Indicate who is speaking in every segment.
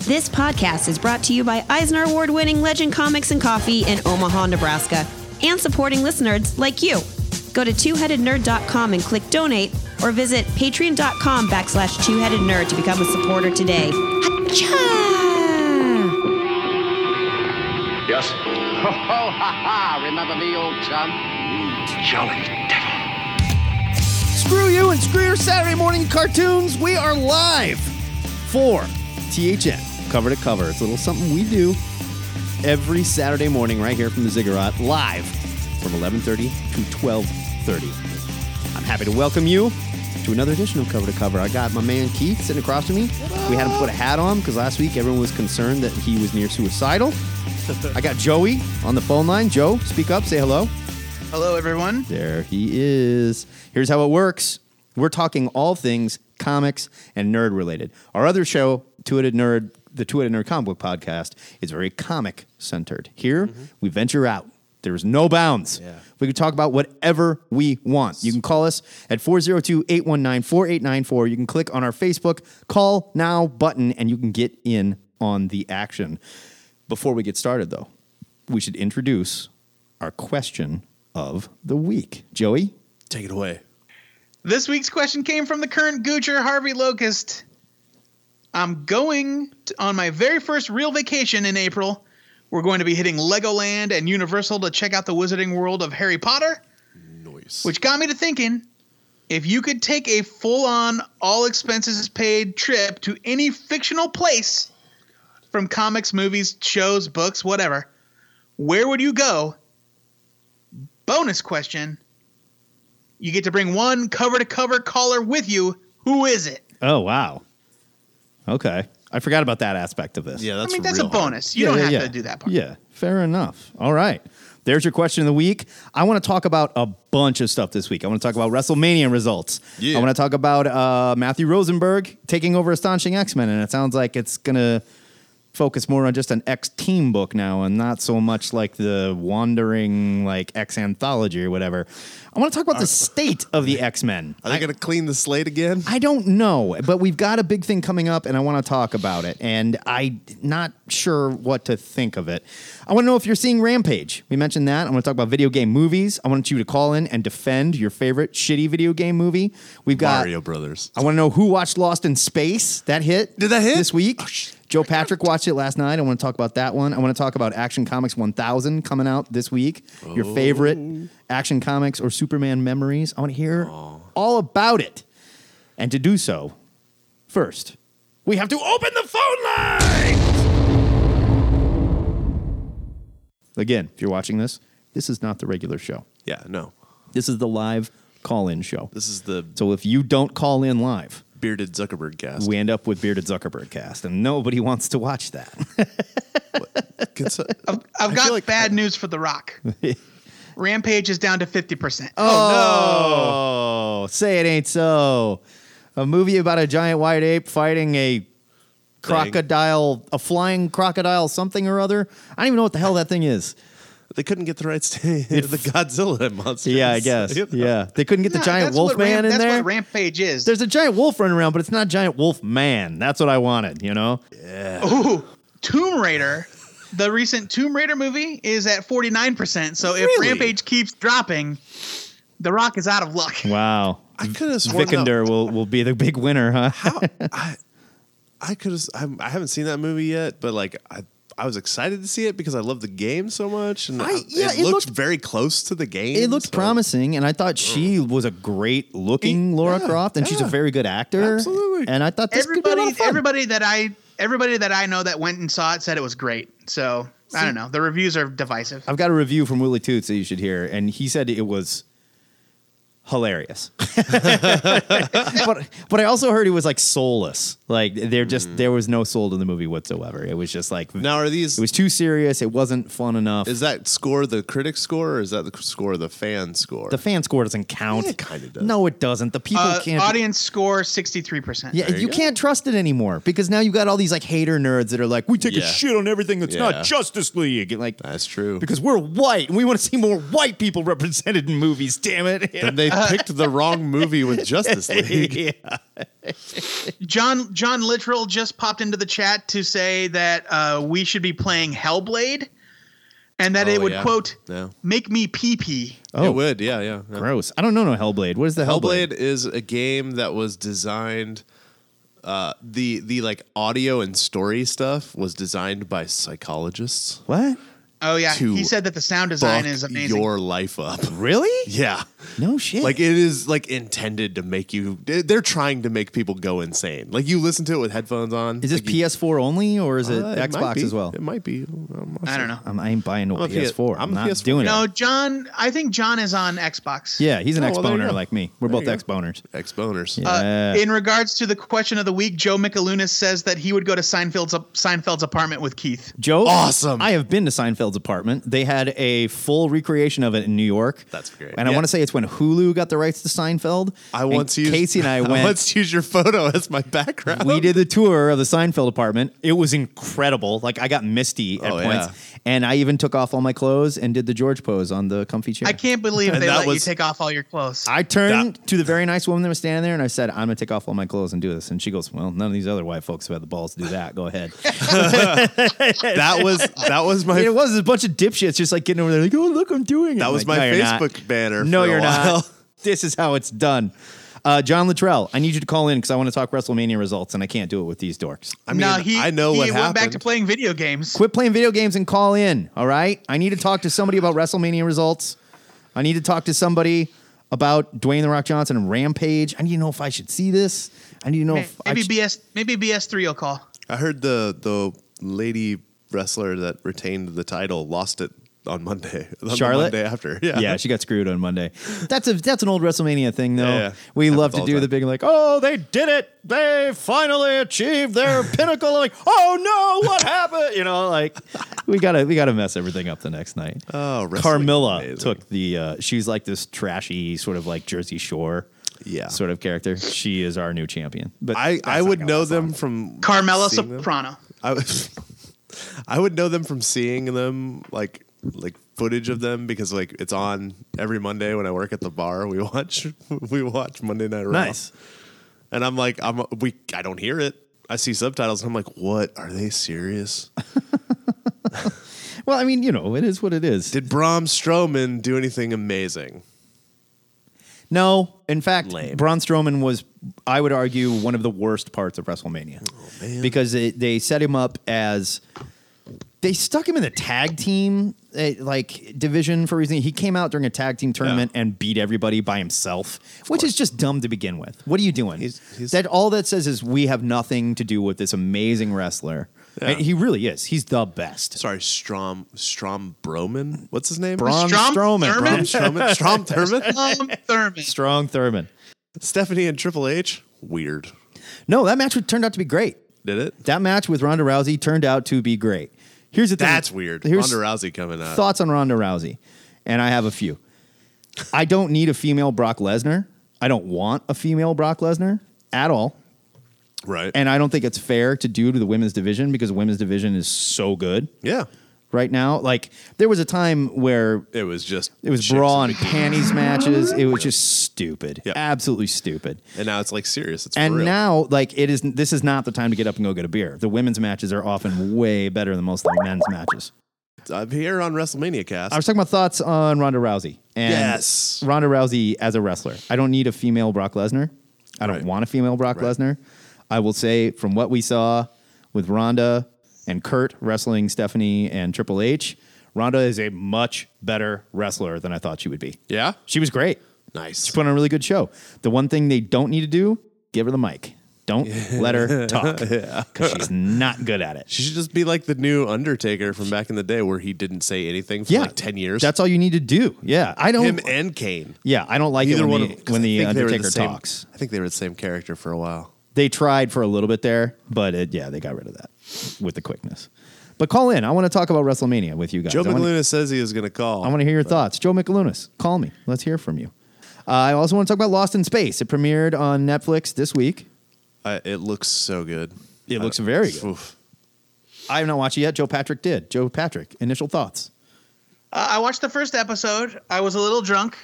Speaker 1: This podcast is brought to you by Eisner Award winning Legend Comics and Coffee in Omaha, Nebraska, and supporting listeners like you. Go to twoheadednerd.com and click donate, or visit patreon.com backslash twoheadednerd to become a supporter today. Achoo!
Speaker 2: Yes.
Speaker 3: Oh, ha, ha. Remember me, old chum?
Speaker 2: Jolly devil.
Speaker 4: Screw you and screw your Saturday morning cartoons. We are live for THN, cover to cover. It's a little something we do every Saturday morning right here from the Ziggurat, live from 11:30 to 12:30. I'm happy to welcome you to another edition of Cover to Cover. I got my man Keith sitting across from me. We had him put a hat on because last week everyone was concerned that he was near suicidal. I got Joey on the phone line. Joe, speak up, say hello.
Speaker 5: Hello, everyone.
Speaker 4: There he is. Here's how it works. We're talking all things comics and nerd related. Our other show, Two-Headed Nerd, the Two-Headed Nerd Comic Book Podcast, is very comic centered. Here,
Speaker 5: Mm-hmm.
Speaker 4: we venture out. There's no bounds. We can talk about whatever we want. You can call us at 402 819 4894. You can click on our Facebook call now button and you can get in on the action. Before we get started, though, we should introduce our question of the week. Joey?
Speaker 6: Take it away.
Speaker 5: This week's question came from the current Goocher, Harvey Locust. I'm going to, on my very first real vacation in April. We're going to be hitting Legoland and Universal to check out the Wizarding World of Harry Potter,
Speaker 6: Noise.
Speaker 5: which got me to thinking if you could take a full on, all expenses paid trip to any fictional place from comics, movies, shows, books, whatever, where would you go? Bonus question you get to bring one cover to cover caller with you. Who is it?
Speaker 4: Oh, wow. Okay. I forgot about that aspect of this.
Speaker 6: yeah,
Speaker 5: I
Speaker 6: that's
Speaker 5: mean, that's a
Speaker 6: real hard.
Speaker 5: bonus. You
Speaker 4: Yeah,
Speaker 5: don't
Speaker 4: yeah,
Speaker 5: have
Speaker 4: yeah.
Speaker 5: to do that part.
Speaker 4: Yeah, fair enough. All right. There's your question of the week. I want to talk about a bunch of stuff this week. I want to talk about WrestleMania results.
Speaker 6: Yeah.
Speaker 4: I want to talk about uh, Matthew Rosenberg taking over Astonishing X Men, and it sounds like it's going to focus more on just an X team book now and not so much like the wandering like X anthology or whatever. I want to talk about the
Speaker 6: Uh,
Speaker 4: state of the X Men.
Speaker 6: Are they going to clean the slate again?
Speaker 4: I don't know, but we've got a big thing coming up, and I want to talk about it. And I'm not sure what to think of it. I want to know if you're seeing Rampage. We mentioned that. I want to talk about video game movies. I want you to call in and defend your favorite shitty video game movie. We've got
Speaker 6: Mario Brothers.
Speaker 4: I want to know who watched Lost in Space. That hit.
Speaker 6: Did that hit? Oh,
Speaker 4: this week? Joe Patrick watched it last night. I want to talk about that one. I want to talk about Action Comics 1000 coming out this week. Your
Speaker 6: Oh.
Speaker 4: favorite Action Comics or Superman memories. I want to hear all about it. And to do so, first, we have to open the phone line. Again, if you're watching this, this is not the regular show.
Speaker 6: Yeah, no.
Speaker 4: This is the live call-in show.
Speaker 6: This is the
Speaker 4: So if you don't call in live,
Speaker 6: bearded Zuckerberg cast.
Speaker 4: we end up with bearded Zuckerberg cast, and nobody wants to watch that.
Speaker 6: Cons-
Speaker 5: I've, I've
Speaker 6: I
Speaker 5: got
Speaker 6: feel like-
Speaker 5: bad news for The Rock. Rampage is down to 50%.
Speaker 4: Oh, say it ain't so. A movie about a giant white ape fighting a crocodile, a flying crocodile, something or other. I don't even know what the hell that thing is.
Speaker 6: they couldn't get the rights to the Godzilla monster.
Speaker 4: Yeah, I guess. Yeah, they couldn't get the
Speaker 5: No,
Speaker 4: giant
Speaker 5: that's
Speaker 4: wolf
Speaker 5: what Ram-
Speaker 4: man in
Speaker 5: that's
Speaker 4: there.
Speaker 5: what Rampage is.
Speaker 4: There's a giant wolf running around, but it's not giant wolf man. That's what I wanted. You know.
Speaker 5: Ooh, Tomb Raider. The recent Tomb Raider movie is at 49%. So if
Speaker 6: Really?
Speaker 5: Rampage keeps dropping, The Rock is out of luck.
Speaker 4: Wow.
Speaker 6: I could have sworn that-
Speaker 4: Vikander will, will be the big winner, huh?
Speaker 6: How, I, I could have. I, I haven't seen that movie yet, but like I. I was excited to see it because I love the game so much, and
Speaker 4: I-
Speaker 6: I,
Speaker 4: yeah,
Speaker 6: it,
Speaker 4: it
Speaker 6: looked,
Speaker 4: looked-
Speaker 6: very close to the game.
Speaker 4: It looked
Speaker 6: so-
Speaker 4: promising, and I thought she was a great looking Laura
Speaker 6: yeah,
Speaker 4: Croft, and she's a
Speaker 6: yeah.
Speaker 4: very good actor.
Speaker 6: Absolutely.
Speaker 4: And I thought this could be a lot
Speaker 5: Everybody
Speaker 4: of fun.
Speaker 5: everybody that I everybody that I know that went and saw it said it was great. So I don't know. The reviews are divisive.
Speaker 4: I've got a review from Willie Toots that you should hear, and he said it was hilarious. but but I also heard it was like soulless. Like there just there was no soul to the movie whatsoever. It was just like
Speaker 6: Mm. Now are these?
Speaker 4: it was too serious. It wasn't fun enough.
Speaker 6: is that score the critic score or is that the score the fan score?
Speaker 4: the fan score doesn't count.
Speaker 6: It kinda does.
Speaker 4: No, it doesn't. The people
Speaker 5: Uh,
Speaker 4: can't.
Speaker 5: audience score 63%.
Speaker 4: Yeah,
Speaker 6: There
Speaker 4: you
Speaker 6: you go.
Speaker 4: can't trust it anymore because now you've got all these like hater nerds that are like, we take a
Speaker 6: Yeah.
Speaker 4: shit on everything that's
Speaker 6: Yeah.
Speaker 4: not Justice League, and like
Speaker 6: That's true.
Speaker 4: because we're white and we want to see more white people represented in movies. Damn it!
Speaker 6: and they picked the wrong movie with Justice League.
Speaker 5: John John Literal just popped into the chat to say that uh, we should be playing Hellblade, and that it
Speaker 6: Oh,
Speaker 5: would
Speaker 6: yeah.
Speaker 5: quote
Speaker 6: Yeah.
Speaker 5: make me pee pee.
Speaker 4: Oh.
Speaker 6: It would, yeah, yeah. yeah.
Speaker 4: Gross. I don't know no Hellblade. What is the Hellblade?
Speaker 6: Hellblade is a game that was designed. Uh, the the like audio and story stuff was designed by psychologists.
Speaker 4: What?
Speaker 5: Oh yeah,
Speaker 6: To
Speaker 5: he said that the sound design
Speaker 6: Fuck
Speaker 5: is amazing.
Speaker 6: Your life up.
Speaker 4: Really?
Speaker 6: Yeah,
Speaker 4: No shit.
Speaker 6: like it is like intended to make you. They're trying to make people go insane. Like you listen to it with headphones on.
Speaker 4: is this
Speaker 6: like you-
Speaker 4: PS4 only or is it
Speaker 6: Uh, it might
Speaker 4: Xbox
Speaker 6: be.
Speaker 4: as well?
Speaker 6: It might be.
Speaker 5: I don't know.
Speaker 4: I'm, I ain't buying no
Speaker 6: I'm a P-
Speaker 4: PS4. I'm,
Speaker 6: I'm a
Speaker 4: not
Speaker 6: PS4.
Speaker 4: doing
Speaker 5: No,
Speaker 4: it.
Speaker 5: John. I think John is on Xbox.
Speaker 4: Yeah, he's an
Speaker 6: Oh,
Speaker 4: ex
Speaker 6: well, there you
Speaker 4: boner
Speaker 6: go.
Speaker 4: like me. We're
Speaker 6: There
Speaker 4: both
Speaker 6: you go.
Speaker 4: ex boners.
Speaker 6: Ex boners.
Speaker 4: Yeah.
Speaker 5: Uh, in regards to the question of the week, Joe Micalunas says that he would go to Seinfeld's Seinfeld's apartment with Keith.
Speaker 4: Joe,
Speaker 6: Awesome.
Speaker 4: I have been to Seinfeld's apartment. They had a full recreation of it in New York.
Speaker 6: That's great.
Speaker 4: And I
Speaker 6: Yeah.
Speaker 4: want to say it's when Hulu got the rights to Seinfeld.
Speaker 6: I
Speaker 4: And
Speaker 6: once used
Speaker 4: Casey and I went.
Speaker 6: once used your photo as my background.
Speaker 4: we did the tour of the Seinfeld apartment. It was incredible. Like I got misty at
Speaker 6: Oh,
Speaker 4: points,
Speaker 6: yeah.
Speaker 4: and I even took off all my clothes and did the George pose on the comfy chair.
Speaker 5: I can't believe
Speaker 6: And
Speaker 5: they
Speaker 6: that
Speaker 5: let you
Speaker 6: was-
Speaker 5: take off all your clothes.
Speaker 4: I turned to the very nice woman that was standing there and I said, I'm going to take off all my clothes and do this. And she goes, Well, none of these other white folks have had the balls to do that. Go ahead.
Speaker 6: That was that was my
Speaker 4: it was a bunch of dipshits just like getting over there, like, Oh, look, I'm doing it.
Speaker 6: That
Speaker 4: I'm
Speaker 6: was
Speaker 4: like,
Speaker 6: my
Speaker 4: "No, you're not."
Speaker 6: Facebook banner.
Speaker 4: No,
Speaker 6: for a
Speaker 4: you're
Speaker 6: while.
Speaker 4: not. This is how it's done. Uh, John Luttrell, I need you to call in because I want to talk WrestleMania results and I can't do it with these dorks.
Speaker 6: I mean,
Speaker 5: no, he,
Speaker 6: I know
Speaker 5: he
Speaker 6: what
Speaker 5: went
Speaker 6: happened.
Speaker 5: back to playing video games.
Speaker 4: Quit playing video games and call in, all right? I need to talk to somebody about WrestleMania results. I need to talk to somebody about Dwayne The Rock Johnson and Rampage. I need to know if I should see this. I need to know
Speaker 5: Maybe
Speaker 4: if I should-
Speaker 5: BS. Maybe BS three will call.
Speaker 6: I heard the the lady wrestler that retained the title lost it on Monday. on the
Speaker 4: Charlotte?
Speaker 6: Monday after. Yeah.
Speaker 4: yeah, she got screwed on Monday. That's a that's an old WrestleMania thing though.
Speaker 6: Yeah, yeah.
Speaker 4: We
Speaker 6: Happens
Speaker 4: love to
Speaker 6: all
Speaker 4: do
Speaker 6: the
Speaker 4: the
Speaker 6: time.
Speaker 4: big like, oh, they did it. They finally achieved their pinnacle. Like, oh no, what happened? You know, like we gotta we gotta mess everything up the next night.
Speaker 6: Oh, wrestling is
Speaker 4: Carmilla
Speaker 6: amazing.
Speaker 4: took the uh, she's like this trashy sort of like Jersey Shore
Speaker 6: Yeah.
Speaker 4: sort of character. She is our new champion. But
Speaker 6: I,
Speaker 4: that's
Speaker 6: I
Speaker 4: not
Speaker 6: would
Speaker 4: gonna
Speaker 6: know
Speaker 4: last long.
Speaker 6: them from
Speaker 5: Carmela
Speaker 6: seeing them.
Speaker 5: Soprano.
Speaker 6: I would, I would know them from seeing them like like footage of them because like it's on every Monday when I work at the bar. We watch we watch Monday Night Raw.
Speaker 4: Nice.
Speaker 6: And I'm like I'm we I don't hear it. I see subtitles and I'm like, what are they serious?
Speaker 4: Well, I mean, you know, it is what it is.
Speaker 6: Did Braun Strowman do anything amazing?
Speaker 4: No, in fact,
Speaker 6: Lame.
Speaker 4: Braun Strowman was, I would argue, one of the worst parts of WrestleMania because it, they set him up as they stuck him in the tag team eh, like division for a reason. He came out during a tag team tournament and beat everybody by himself, which is just dumb to begin with. What are you doing?
Speaker 6: He's- he's-
Speaker 4: that all that says is we have nothing to do with this amazing wrestler.
Speaker 6: Yeah.
Speaker 4: And he really is. He's the best.
Speaker 6: Sorry, Strom Strom Broman. What's his name?
Speaker 4: Braun
Speaker 5: Strom
Speaker 4: Strowman.
Speaker 5: Thurman?
Speaker 6: Braun
Speaker 4: Braun-
Speaker 6: Strowman. Strom Thurman.
Speaker 5: Um, Thurman.
Speaker 4: Strong Thurman.
Speaker 6: Stephanie and Triple H. Weird.
Speaker 4: No, that match turned out to be great.
Speaker 6: Did it?
Speaker 4: That match with Ronda Rousey turned out to be great. Here's the thing.
Speaker 6: That's weird.
Speaker 4: Here's
Speaker 6: Ronda Rousey uh, coming out.
Speaker 4: thoughts on Ronda Rousey, and I have a few. I don't need a female Brock Lesnar. I don't want a female Brock Lesnar at all,
Speaker 6: right.
Speaker 4: and I don't think it's fair to do to the women's division because the women's division is so good
Speaker 6: yeah.
Speaker 4: right now. Like there was a time where
Speaker 6: It was just
Speaker 4: it was
Speaker 6: chicks
Speaker 4: bra and
Speaker 6: in bikinis.
Speaker 4: panties matches. It was just stupid,
Speaker 6: Yeah.
Speaker 4: absolutely stupid.
Speaker 6: And now it's like serious. It's
Speaker 4: And
Speaker 6: for real.
Speaker 4: now, like it is, this is not the time to get up and go get a beer. The women's matches are often way better than most of the men's matches.
Speaker 6: I'm Uh, here on WrestleMania cast.
Speaker 4: I was talking about thoughts on Ronda Rousey and
Speaker 6: Yes.
Speaker 4: Ronda Rousey as a wrestler. I don't need a female Brock Lesnar. I don't
Speaker 6: Right.
Speaker 4: want a female Brock
Speaker 6: Right.
Speaker 4: Lesnar. I will say from what we saw with Ronda and Kurt wrestling Stephanie and Triple H, Ronda is a much better wrestler than I thought she would be.
Speaker 6: yeah.
Speaker 4: She was great.
Speaker 6: Nice.
Speaker 4: She put on a really good show. The one thing they don't need to do, give her the mic. Don't let her talk because she's not good at it.
Speaker 6: She should just be like the new Undertaker from back in the day, where he didn't say anything for
Speaker 4: Yeah,
Speaker 6: like ten years.
Speaker 4: That's all you need to do. Yeah, I don't.
Speaker 6: him and Kane.
Speaker 4: yeah, I don't like it
Speaker 6: Either
Speaker 4: when
Speaker 6: one
Speaker 4: the,
Speaker 6: of 'cause
Speaker 4: when
Speaker 6: I
Speaker 4: the
Speaker 6: think they were
Speaker 4: Undertaker
Speaker 6: same-
Speaker 4: talks.
Speaker 6: I think they were the same character for a while.
Speaker 4: They tried for a little bit there, but it, yeah, they got rid of that with the quickness. But call in. I want to talk about WrestleMania with you guys.
Speaker 6: Joe
Speaker 4: I wanna-
Speaker 6: McLuna says he is going to call.
Speaker 4: I want to hear your thoughts. Joe McLunas, call me. Let's hear from you. Uh, I also want to talk about Lost in Space. It premiered on Netflix this week.
Speaker 6: I, it looks so good.
Speaker 4: It
Speaker 6: I-
Speaker 4: looks very good.
Speaker 6: Oof.
Speaker 4: I have not watched it yet. Joe Patrick did. Joe Patrick, initial thoughts.
Speaker 5: Uh, I watched the first episode. I was a little drunk,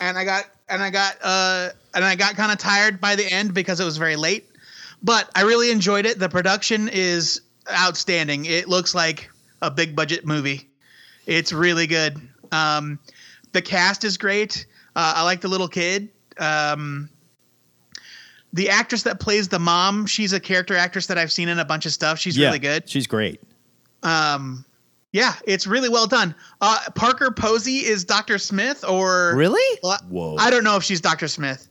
Speaker 5: and I got and I got uh, and I got kind of tired by the end because it was very late. But I really enjoyed it. The production is outstanding. It looks like a big budget movie. It's really good. Um, the cast is great. Uh, I like the little kid. Um, the actress that plays the mom, she's a character actress that I've seen in a bunch of stuff. She's
Speaker 4: yeah,
Speaker 5: really good.
Speaker 4: She's great.
Speaker 5: Um, yeah, it's really well done. Uh, Parker Posey is Doctor Smith, or
Speaker 4: Really?
Speaker 5: Well,
Speaker 6: Whoa.
Speaker 5: I don't know if she's Doctor Smith.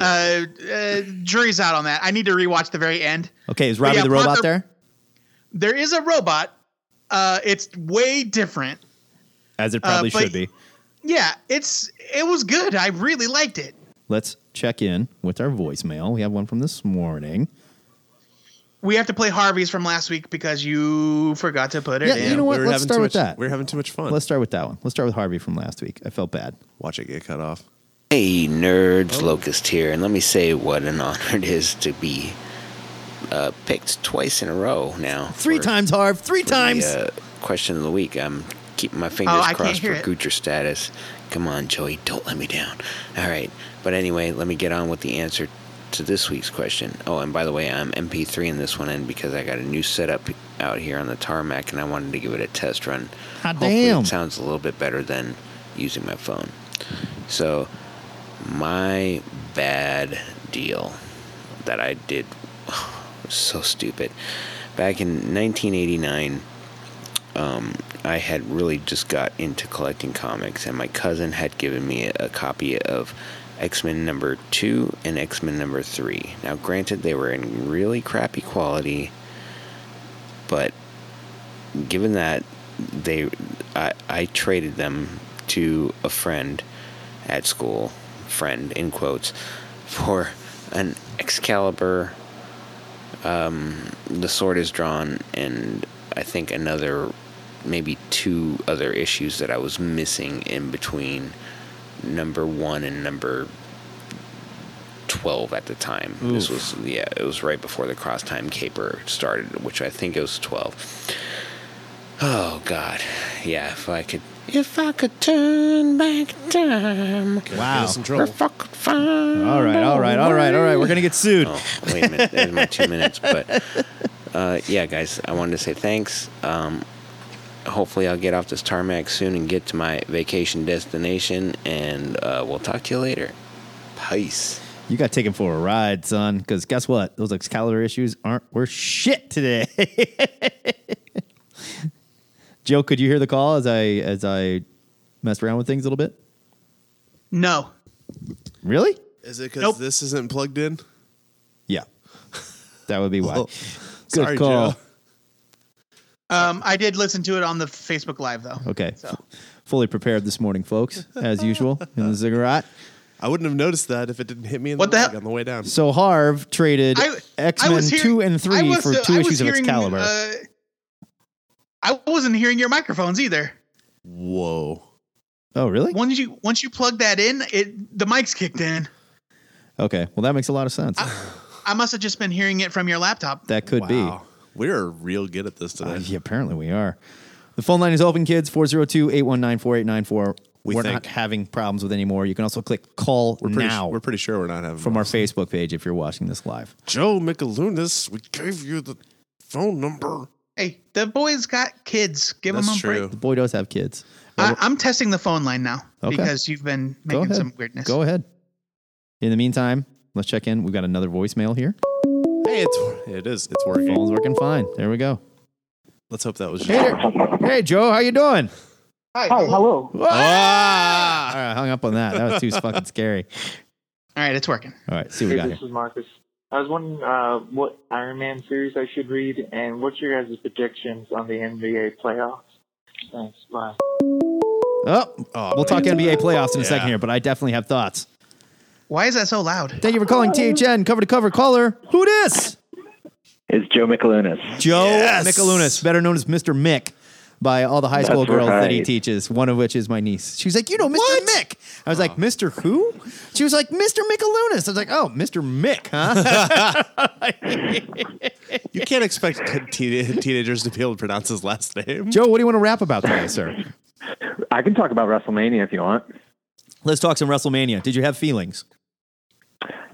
Speaker 5: Uh, uh, jury's out on that. I need to rewatch the very end.
Speaker 4: Okay, is Robbie
Speaker 5: yeah,
Speaker 4: the robot
Speaker 5: Parker-
Speaker 4: there?
Speaker 5: There is a robot. Uh, it's way different.
Speaker 4: As it probably
Speaker 5: Uh, but-
Speaker 4: should be.
Speaker 5: Yeah, it's it was good. I really liked it.
Speaker 4: Let's check in with our voicemail. We have one from this morning.
Speaker 5: We have to play Harvey's from last week because you forgot to put it
Speaker 4: Yeah,
Speaker 5: in.
Speaker 4: you know what?
Speaker 6: were
Speaker 4: Let's
Speaker 6: having
Speaker 4: start
Speaker 6: too
Speaker 4: with
Speaker 6: much-
Speaker 4: that.
Speaker 6: We were having too much fun.
Speaker 4: Let's start with that one. Let's start with Harvey from last week. I felt bad.
Speaker 6: watch it get cut off.
Speaker 7: Hey, nerds, Locust here, and let me say what an honor it is to be uh, picked twice in a row now.
Speaker 4: Three
Speaker 7: for-
Speaker 4: times, Harv. Three
Speaker 7: for
Speaker 4: times.
Speaker 7: The, uh, question of the week. I'm keeping my fingers
Speaker 5: Oh, I can't
Speaker 7: crossed
Speaker 5: hear
Speaker 7: for
Speaker 5: it.
Speaker 7: Gucci status. Come on, Joey, don't let me down. All right, but anyway, let me get on with the answer to this week's question. Oh, and by the way, I'm MP3 in this one, and because I got a new setup out here on the tarmac, and I wanted to give it a test run.
Speaker 4: Ah,
Speaker 7: Hopefully
Speaker 4: damn.
Speaker 7: it sounds a little bit better than using my phone. So, my bad deal that I did was so stupid. Back in 1989, um, I had really just got into collecting comics, and my cousin had given me a, a copy of X Men number two and X Men number three. Now, granted, they were in really crappy quality, but given that they I, I traded them to a friend at school friend in quotes for an excalibur um, the sword is drawn and i think another maybe two other issues that i was missing in between number one and number 12 at the time this was yeah it was right before the cross time caper started which i think it was 12 Oh God, yeah. If I could, if I could turn back time,
Speaker 6: Get
Speaker 4: Wow.
Speaker 6: us in trouble.
Speaker 7: if I could find.
Speaker 4: All right, all right, all right, all right. We're going to get sued.
Speaker 7: Oh, wait a minute. There's my two minutes. But uh, yeah, guys, I wanted to say thanks. Um, hopefully, I'll get off this tarmac soon and get to my vacation destination. And uh, we'll talk to you later. Peace.
Speaker 4: You got taken for a ride, son. Because guess what? Those Excalibur issues aren't worth shit today. Joe, could you hear the call as I as I messed around with things a little bit?
Speaker 5: no,
Speaker 4: Really?
Speaker 6: Is it because
Speaker 5: Nope.
Speaker 6: this isn't plugged in?
Speaker 4: Yeah, that would be why.
Speaker 6: Well,
Speaker 4: Good
Speaker 6: Oh, sorry,
Speaker 4: call.
Speaker 6: Joe.
Speaker 5: um, I did listen to it on the Facebook Live though.
Speaker 4: Okay,
Speaker 5: So.
Speaker 4: fully prepared this morning, folks, as usual in the ziggurat.
Speaker 6: I wouldn't have noticed that if it didn't hit me in
Speaker 5: What
Speaker 6: the,
Speaker 5: the
Speaker 6: leg
Speaker 5: hell?
Speaker 6: on the way down.
Speaker 4: So Harv traded
Speaker 5: I-
Speaker 4: X
Speaker 5: I
Speaker 4: Men
Speaker 5: was hearing-
Speaker 4: two and
Speaker 5: I
Speaker 4: three
Speaker 5: was-
Speaker 4: for two
Speaker 5: I was
Speaker 4: issues of
Speaker 5: hearing,
Speaker 4: Excalibur.
Speaker 5: uh, I wasn't hearing your microphones either.
Speaker 6: Whoa.
Speaker 4: oh, really?
Speaker 5: Once you once you plug that in, it the mics kicked in.
Speaker 4: Okay. Well, that makes a lot of sense.
Speaker 5: I must have just been hearing it from your laptop.
Speaker 4: that could be.
Speaker 6: wow. We're real good at this today.
Speaker 4: Uh, yeah, apparently we are. The phone line is open, kids, 402 819 4894.
Speaker 6: We
Speaker 4: We're
Speaker 6: think.
Speaker 4: not having problems with anymore. You can also click call
Speaker 6: We're pretty,
Speaker 4: now
Speaker 6: we're pretty sure we're not having
Speaker 4: from our
Speaker 6: those.
Speaker 4: Facebook page if you're watching this live.
Speaker 6: Joe Michalunas, we gave you the phone number.
Speaker 5: Hey, the boys got kids. Give them a
Speaker 6: That's
Speaker 5: break.
Speaker 6: true.
Speaker 4: The boy does have kids.
Speaker 5: I, I'm testing the phone line now
Speaker 4: Okay.
Speaker 5: because you've been
Speaker 4: Go
Speaker 5: making
Speaker 4: ahead.
Speaker 5: some weirdness.
Speaker 4: Go ahead. In the meantime, let's check in. We've got another voicemail here.
Speaker 6: Hey, it's it is. It's working.
Speaker 4: Phone's working fine. There we go.
Speaker 6: Let's hope that was
Speaker 4: Hey,
Speaker 6: just
Speaker 4: there. hey Joe, how you doing?
Speaker 8: Hi, hello.
Speaker 4: Ah! All right, I hung up on that. That was too fucking scary.
Speaker 5: All right, it's working.
Speaker 4: All right, see what we
Speaker 8: Hey,
Speaker 4: got
Speaker 8: this
Speaker 4: here.
Speaker 8: is Marcus. I was wondering uh, what Iron Man series I should read, and what's your guys' predictions on the NBA playoffs? Thanks. Bye.
Speaker 4: Oh,
Speaker 6: Oh,
Speaker 4: we'll talk NBA playoffs in a
Speaker 6: Yeah.
Speaker 4: second here, but I definitely have thoughts.
Speaker 5: Why is that so loud?
Speaker 4: Thank you for calling THN cover to cover caller. Who this?
Speaker 9: is Joe Michaelunas.
Speaker 4: Joe
Speaker 6: Yes.
Speaker 4: Michaelunas, better known as Mr. Mick by all the high school
Speaker 9: That's
Speaker 4: girls that he
Speaker 9: right.
Speaker 4: teaches, one of which is my niece. She was like, You know, Mr. Mick. I was like,
Speaker 6: Oh.
Speaker 4: Mr. Who? She was like, Mr. Michaelunas. I was like, Oh, Mr. Mick, huh?
Speaker 6: You can't expect teen- teenagers to be able to pronounce his last name.
Speaker 4: Joe, what do you want to rap about today, sir?
Speaker 9: I can talk about WrestleMania if you want.
Speaker 4: Let's talk some WrestleMania. Did you have feelings?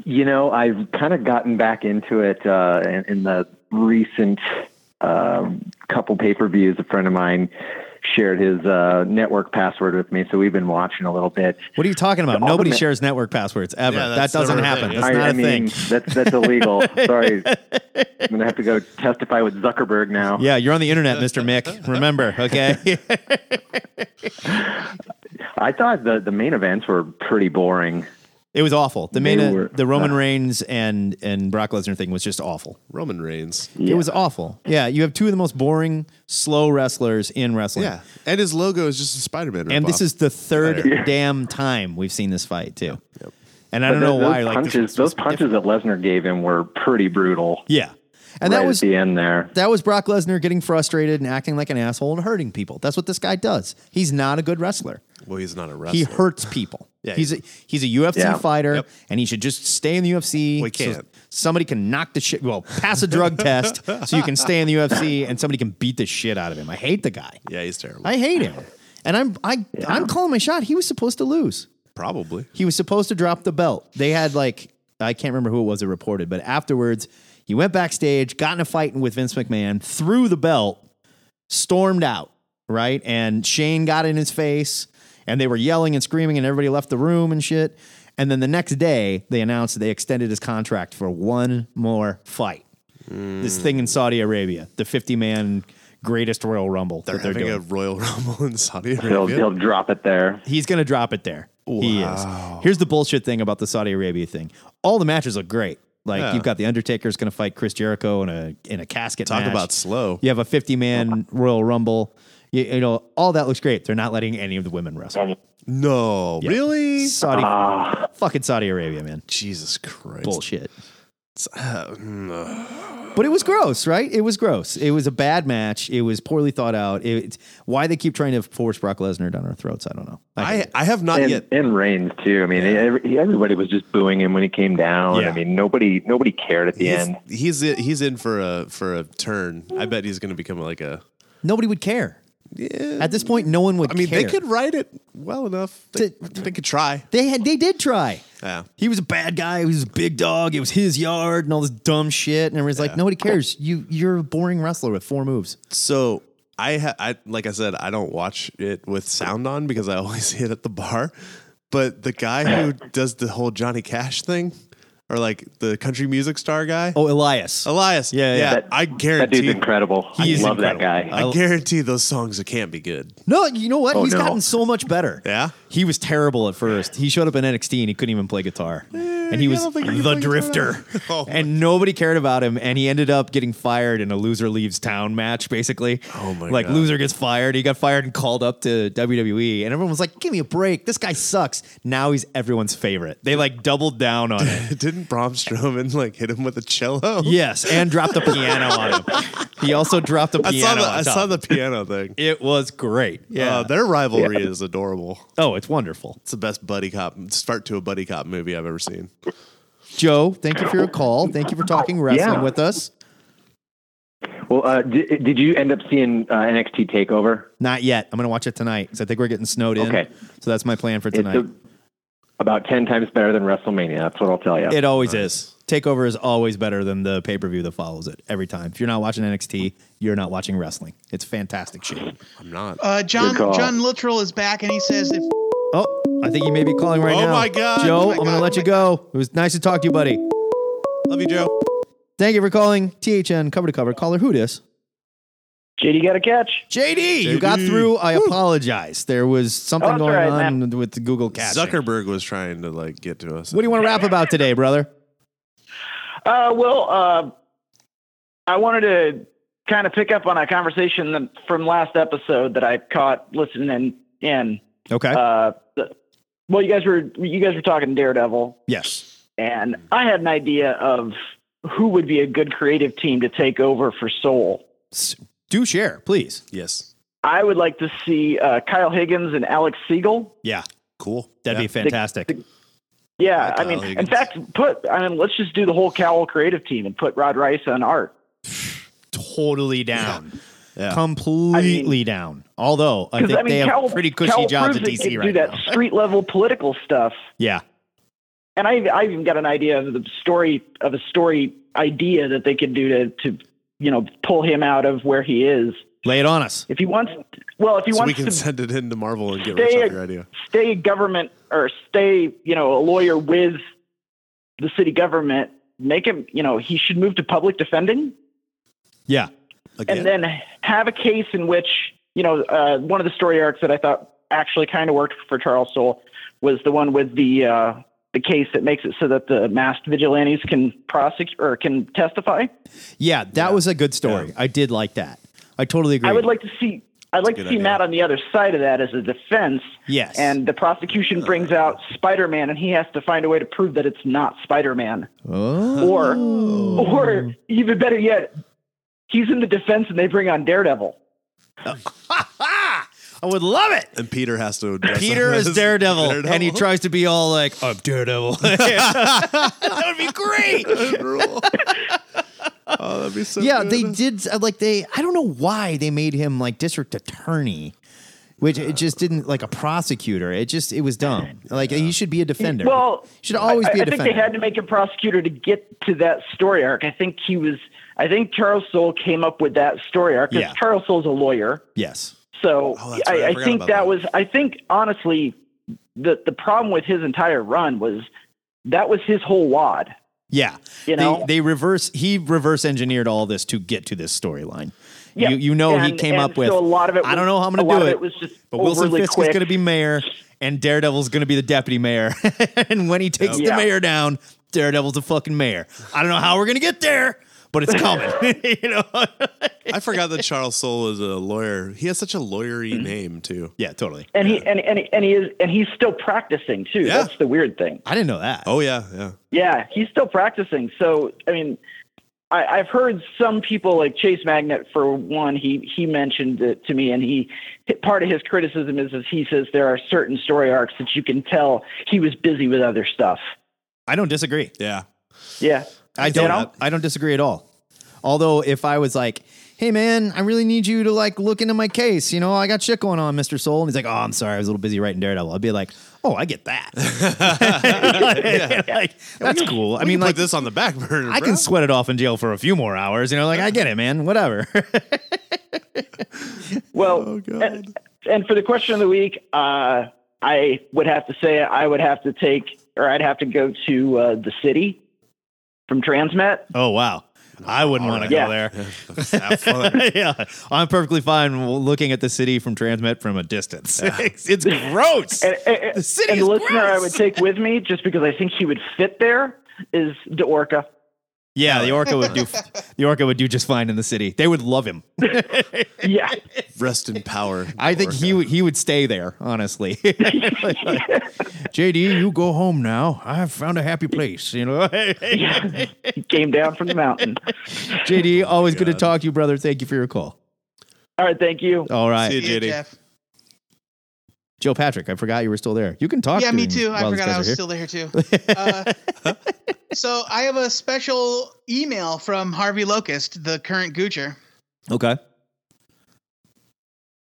Speaker 9: You know, I've kind of gotten back into it uh, in, in the recent um couple pay per views. A friend of mine shared his uh, network password with me, so we've been watching a little bit.
Speaker 4: What are you talking about?
Speaker 9: The
Speaker 4: Nobody
Speaker 9: ultimate-
Speaker 4: shares network passwords ever.
Speaker 6: Yeah,
Speaker 4: that
Speaker 6: that's
Speaker 4: doesn't
Speaker 6: never a
Speaker 4: happen.
Speaker 6: thing.
Speaker 4: That's
Speaker 9: I,
Speaker 4: not
Speaker 9: I
Speaker 4: a
Speaker 9: mean,
Speaker 4: thing.
Speaker 9: that's that's illegal. Sorry, I'm gonna have to go testify with Zuckerberg now.
Speaker 4: Yeah, you're on the internet, Mr. Mick. Remember, okay?
Speaker 9: I thought the the main events were pretty boring.
Speaker 4: it was awful. The
Speaker 9: They
Speaker 4: main, uh,
Speaker 9: were- uh,
Speaker 4: the Roman Reigns and and Brock Lesnar thing was just awful.
Speaker 6: Roman Reigns.
Speaker 9: Yeah.
Speaker 4: It was awful. Yeah, you have two of the most boring, slow wrestlers in wrestling.
Speaker 6: Yeah, and his logo is just a Spider-Man.
Speaker 4: and this
Speaker 6: ripoff.
Speaker 4: is the third
Speaker 9: Yeah.
Speaker 4: damn time we've seen this fight too. And I
Speaker 9: But
Speaker 4: don't know
Speaker 9: those
Speaker 4: why. Like this
Speaker 9: punches,
Speaker 4: was
Speaker 9: those
Speaker 4: supposed to
Speaker 9: punches
Speaker 4: be
Speaker 9: that Lesnar gave him were pretty brutal.
Speaker 4: different. Yeah, and
Speaker 9: right
Speaker 4: that was
Speaker 9: at the end there.
Speaker 4: that was Brock Lesnar getting frustrated and acting like an asshole and hurting people. That's what this guy does. He's not a good wrestler.
Speaker 6: well, he's not a wrestler.
Speaker 4: He hurts people.
Speaker 6: Yeah,
Speaker 4: he's a, he's a UFC
Speaker 9: Yeah.
Speaker 4: fighter,
Speaker 6: Yep.
Speaker 4: and he should just stay in the UFC.
Speaker 6: Well, he
Speaker 4: so
Speaker 6: can't.
Speaker 4: somebody can knock the shit. Well, pass a drug test so you can stay in the UFC, and somebody can beat the shit out of him. I hate the guy.
Speaker 6: Yeah, he's terrible.
Speaker 4: I hate him, and I'm I I'm calling my shot. He was supposed to lose.
Speaker 6: Probably.
Speaker 4: He was supposed to drop the belt. They had like I can't remember who it was that reported, but afterwards he went backstage, got in a fight with Vince McMahon, threw the belt, stormed out, right? And Shane got in his face, and they were yelling and screaming, and everybody left the room and shit. And then the next day, they announced that they extended his contract for one more fight. This thing in Saudi Arabia, the 50 man greatest Royal Rumble.
Speaker 6: They're
Speaker 4: that they're
Speaker 6: having
Speaker 4: doing.
Speaker 6: a Royal Rumble in Saudi
Speaker 9: He'll,
Speaker 6: Arabia.
Speaker 9: he'll drop it there.
Speaker 4: He's going to drop it there. He is. Here's the bullshit thing about the Saudi Arabia thing. All the matches look great. Like
Speaker 6: Yeah.
Speaker 4: you've got the Undertaker's going to fight Chris Jericho in a in a casket.
Speaker 6: Talk
Speaker 4: match.
Speaker 6: about slow.
Speaker 4: You have a 50 man Royal Rumble. You, you know all that looks great. They're not letting any of the women wrestle.
Speaker 6: No, really?
Speaker 4: Saudi fucking Saudi Arabia, man.
Speaker 6: Jesus Christ!
Speaker 4: Bullshit.
Speaker 6: Uh, mm, uh,
Speaker 4: But it was gross, right? It was gross. It was a bad match. It was poorly thought out. It, it's- why they keep trying to force Brock Lesnar down our throats, I don't know. hate
Speaker 6: I
Speaker 4: it.
Speaker 6: I have not
Speaker 9: and,
Speaker 6: yet.
Speaker 9: and Reigns too. I mean, every, everybody was just booing him when he came down.
Speaker 4: Yeah.
Speaker 9: I mean, nobody nobody cared at the
Speaker 6: He's,
Speaker 9: end.
Speaker 6: he's he's in for a for a turn. I bet he's going to become like a.
Speaker 4: nobody would care.
Speaker 6: Yeah.
Speaker 4: At this point, no one would.
Speaker 6: I mean, they
Speaker 4: care.
Speaker 6: could write it well enough. They,
Speaker 4: To-
Speaker 6: they could try.
Speaker 4: They had they did try.
Speaker 6: Yeah.
Speaker 4: He was a bad guy. He was a big dog. It was his yard and all this dumb shit. And everybody's like, nobody cares. You you're a boring wrestler with four moves.
Speaker 6: So I, ha- I like I said, I don't watch it with sound on because I always hit at the bar. But the guy who does the whole Johnny Cash thing, or like the country music star guy,
Speaker 4: Oh, Elias.
Speaker 6: Elias,
Speaker 4: Yeah, yeah. That-
Speaker 6: I
Speaker 9: That
Speaker 6: guarantee
Speaker 9: dude's incredible. I
Speaker 4: is
Speaker 9: love
Speaker 4: incredible.
Speaker 9: that guy.
Speaker 6: I guarantee those songs can't be good.
Speaker 4: No, you know what?
Speaker 9: Oh,
Speaker 4: He's
Speaker 9: no.
Speaker 4: gotten so much better.
Speaker 6: Yeah?
Speaker 4: He was terrible at first. He showed up in NXT and he couldn't even play guitar. and he
Speaker 6: Eh, I
Speaker 4: was
Speaker 6: don't think
Speaker 4: the
Speaker 6: he can play guitar.
Speaker 4: drifter.
Speaker 6: Oh,
Speaker 4: and nobody cared about him. And he ended up getting fired in a loser leaves town match, basically.
Speaker 6: Oh, my
Speaker 4: Like
Speaker 6: God.
Speaker 4: loser gets fired. He got fired and called up to WWE. And everyone was like, give me a break. This guy sucks. Now he's everyone's favorite. They like doubled down on it.
Speaker 6: Didn't Brom Strowman like hit him with a cello?
Speaker 4: Yes, and dropped the piano on him. He also dropped the
Speaker 6: I
Speaker 4: piano.
Speaker 6: saw the
Speaker 4: on
Speaker 6: I
Speaker 4: top.
Speaker 6: saw the piano thing.
Speaker 4: It was great. Yeah.
Speaker 6: Uh, their rivalry is adorable.
Speaker 4: oh, it's wonderful.
Speaker 6: It's the best buddy cop start to a buddy cop movie I've ever seen.
Speaker 4: Joe, thank you for your call. Thank you for talking wrestling
Speaker 9: Yeah.
Speaker 4: with us.
Speaker 9: Well, uh, did, did you end up seeing uh, NXT Takeover?
Speaker 4: Not yet. I'm going to watch it tonight because I think we're getting snowed in.
Speaker 9: Okay.
Speaker 4: So that's my plan for
Speaker 9: It's
Speaker 4: tonight.
Speaker 9: a- about ten times better than WrestleMania. That's what I'll tell you.
Speaker 4: it always is. Takeover is always better than the pay per view that follows it every time. If you're not watching NXT, you're not watching wrestling. It's fantastic shit.
Speaker 6: I'm not.
Speaker 5: Uh, John
Speaker 9: Good call.
Speaker 5: John Literal is back, and he says if
Speaker 4: Oh, I think you may be calling right
Speaker 6: Oh
Speaker 4: now.
Speaker 6: my God.
Speaker 4: Joe,
Speaker 6: Oh my
Speaker 4: I'm going to
Speaker 5: God.
Speaker 4: let you go. It was nice to talk to you, buddy.
Speaker 6: Love you, Joe.
Speaker 4: Thank you for calling THN cover to cover. Caller, who dis?
Speaker 9: JD got a catch.
Speaker 4: JD, you got
Speaker 6: JD.
Speaker 4: through. I apologize. There was something
Speaker 9: Oh, that's
Speaker 4: going
Speaker 9: all right,
Speaker 4: on with the Google caching.
Speaker 6: Zuckerberg was trying to like get to us.
Speaker 4: What do you want to rap about today, brother?
Speaker 10: Uh, well, uh, I wanted to kind of pick up on a conversation that, from last episode that I caught listening in.
Speaker 4: Okay.
Speaker 10: Uh, the- well, you guys were you guys were talking Daredevil,
Speaker 4: yes.
Speaker 10: and I had an idea of who would be a good creative team to take over for Soul.
Speaker 4: S- Do share, please.
Speaker 6: Yes.
Speaker 10: I would like to see uh, Kyle Higgins and Alex Siegel.
Speaker 4: Yeah.
Speaker 6: Cool.
Speaker 4: That'd be fantastic.
Speaker 10: Yeah,
Speaker 6: Like
Speaker 10: I
Speaker 6: Kyle
Speaker 10: mean, in
Speaker 6: Higgins.
Speaker 10: fact, put I mean, let's just do the whole Cowell creative team and put Rod Rice on art.
Speaker 4: totally down.
Speaker 6: Yeah.
Speaker 4: completely down. Although I think
Speaker 10: I mean,
Speaker 4: they have
Speaker 10: Cal,
Speaker 4: pretty cushy
Speaker 10: Cal
Speaker 4: jobs at
Speaker 10: proves it
Speaker 4: DC
Speaker 10: can
Speaker 4: right
Speaker 10: do that
Speaker 4: now.
Speaker 10: street level political stuff.
Speaker 4: Yeah,
Speaker 10: And I, I even got an idea of the story of a story idea that they could do to, to you know pull him out of where he is
Speaker 4: lay it on us.
Speaker 10: if he wants. Well, if he
Speaker 6: So we
Speaker 10: wants
Speaker 6: can
Speaker 10: to
Speaker 6: send it into Marvel and get rich
Speaker 10: stay
Speaker 6: off
Speaker 10: a,
Speaker 6: your idea.
Speaker 10: stay a government or stay you know a lawyer with the city government. Make him you know he should move to public defending.
Speaker 4: Yeah,
Speaker 6: Again.
Speaker 10: and then have a case in which you know uh, one of the story arcs that I thought actually kind of worked for Charles Soule was the one with the uh, the case that makes it so that the masked vigilantes can prosecute or can testify.
Speaker 4: yeah, that was a good story. I did like that. I totally agree.
Speaker 10: I would like to see. I'd like
Speaker 6: a
Speaker 10: to
Speaker 6: good
Speaker 10: see
Speaker 6: idea.
Speaker 10: Matt on the other side of that as a defense.
Speaker 4: Yes.
Speaker 10: And the prosecution brings out Spider Man, and he has to find a way to prove that it's not Spider Man.
Speaker 4: Oh.
Speaker 10: Or, or even better yet, he's in the defense, and they bring on Daredevil.
Speaker 4: I would love it.
Speaker 6: And Peter has to. dress
Speaker 4: Peter
Speaker 6: up
Speaker 4: is
Speaker 6: as
Speaker 4: Daredevil, and he
Speaker 6: Daredevil.
Speaker 4: tries to be all like, "I'm Daredevil." that would be great.
Speaker 6: Rule. oh, that'd be so.
Speaker 4: yeah,
Speaker 6: good.
Speaker 4: they did. uh, Like they, I don't know why they made him like district attorney, which it just didn't like a prosecutor. It just it was dumb. Like he should be a defender.
Speaker 10: Well,
Speaker 4: He should always
Speaker 10: I,
Speaker 4: be a
Speaker 10: I
Speaker 4: defender.
Speaker 10: think they had to make a prosecutor to get to that story arc. I think he was. I think Charles Soule came up with that story arc 'cause
Speaker 4: Yeah.
Speaker 10: Charles Soule's a lawyer,
Speaker 4: yes.
Speaker 10: so
Speaker 6: Oh, that's
Speaker 10: I,
Speaker 6: right. I
Speaker 10: I,
Speaker 6: forgot
Speaker 10: think
Speaker 6: about
Speaker 10: that,
Speaker 6: that.
Speaker 10: was. I think honestly, the the problem with his entire run was that was his whole wad.
Speaker 4: Yeah.
Speaker 10: You
Speaker 4: They-
Speaker 10: know?
Speaker 4: they, reverse. He reverse engineered all this to get to this storyline.
Speaker 10: Yeah,
Speaker 4: You you know he
Speaker 10: and-
Speaker 4: came
Speaker 10: and
Speaker 4: up with.
Speaker 10: so a lot of it
Speaker 4: I
Speaker 10: was-
Speaker 4: don't know how I'm
Speaker 10: a
Speaker 4: going to
Speaker 10: lot
Speaker 4: do
Speaker 10: of
Speaker 4: it.
Speaker 10: it was just
Speaker 4: but Wilson
Speaker 10: overly
Speaker 4: Fisk is going to
Speaker 10: quick.
Speaker 4: be mayor, and Daredevil's going to be the deputy mayor. and when he takes the
Speaker 10: Yeah.
Speaker 4: mayor down, Daredevil's the fucking mayor. I don't know how we're going to get there, but it's coming. you know.
Speaker 6: I forgot that Charles Soule was a lawyer. He has such a lawyery name too.
Speaker 4: Mm-hmm. yeah, totally.
Speaker 10: And he and, and and he is and he's still practicing too.
Speaker 6: Yeah.
Speaker 10: That's the weird thing.
Speaker 4: I didn't know that.
Speaker 6: Oh yeah, yeah.
Speaker 10: Yeah, he's still practicing. So I mean, I, I've heard some people like Chase Magnet for one. He he mentioned it to me, and he part of his criticism is is he says there are certain story arcs that you can tell he was busy with other stuff.
Speaker 4: I don't disagree.
Speaker 6: Yeah.
Speaker 10: Yeah,
Speaker 4: I don't.
Speaker 10: You know?
Speaker 4: I don't disagree at all. Although, if I was like, "Hey, man, I really need you to like look into my case," you know, I got shit going on, Mister Soul, and he's like, "Oh, I'm sorry, I was a little busy writing Daredevil." I'd be like, "Oh, I get that. Like, that's cool. I
Speaker 6: We
Speaker 4: mean,
Speaker 6: can put
Speaker 4: like,
Speaker 6: this on the back burner.
Speaker 4: I
Speaker 6: bro.
Speaker 4: can sweat it off in jail for a few more hours. You know, like, I get it, man. Whatever.
Speaker 10: Well,
Speaker 6: Oh, God.
Speaker 10: And, and for the question of the week, uh, I would have to say I would have to take, or I'd have to go to uh, the city from Transmet.
Speaker 4: oh wow, I wouldn't want to go
Speaker 10: Yeah.
Speaker 4: there.
Speaker 6: Have fun.
Speaker 4: yeah, I'm perfectly fine looking at the city from Transmet from a distance. it's, it's gross.
Speaker 10: And, and,
Speaker 4: The city
Speaker 10: and
Speaker 4: is
Speaker 10: the listener I
Speaker 4: gross.
Speaker 10: would take with me, just because I think he would fit there, is Orca.
Speaker 4: Yeah, the orca would do. the orca would do just fine in the city. They would love him.
Speaker 10: Yeah.
Speaker 6: Rest in power.
Speaker 4: I think he would. He would stay there. Honestly, JD, you go home now. I've found a happy place. You know,
Speaker 10: yeah. He came down from the mountain.
Speaker 4: JD, always good to talk to you, brother. Thank you for your call.
Speaker 10: All right. Thank you.
Speaker 4: All right,
Speaker 6: See you,
Speaker 5: Yeah,
Speaker 6: JD.
Speaker 5: Jeff.
Speaker 4: Joe Patrick. I forgot you were still there. You can talk.
Speaker 5: Yeah,
Speaker 4: to
Speaker 5: me
Speaker 4: him
Speaker 5: too. I
Speaker 4: while these
Speaker 5: forgot
Speaker 4: guys
Speaker 5: I
Speaker 4: are
Speaker 5: was
Speaker 4: here.
Speaker 5: still there too. Uh, so I have a special email from Harvey Locust, the current Goocher.
Speaker 4: Okay.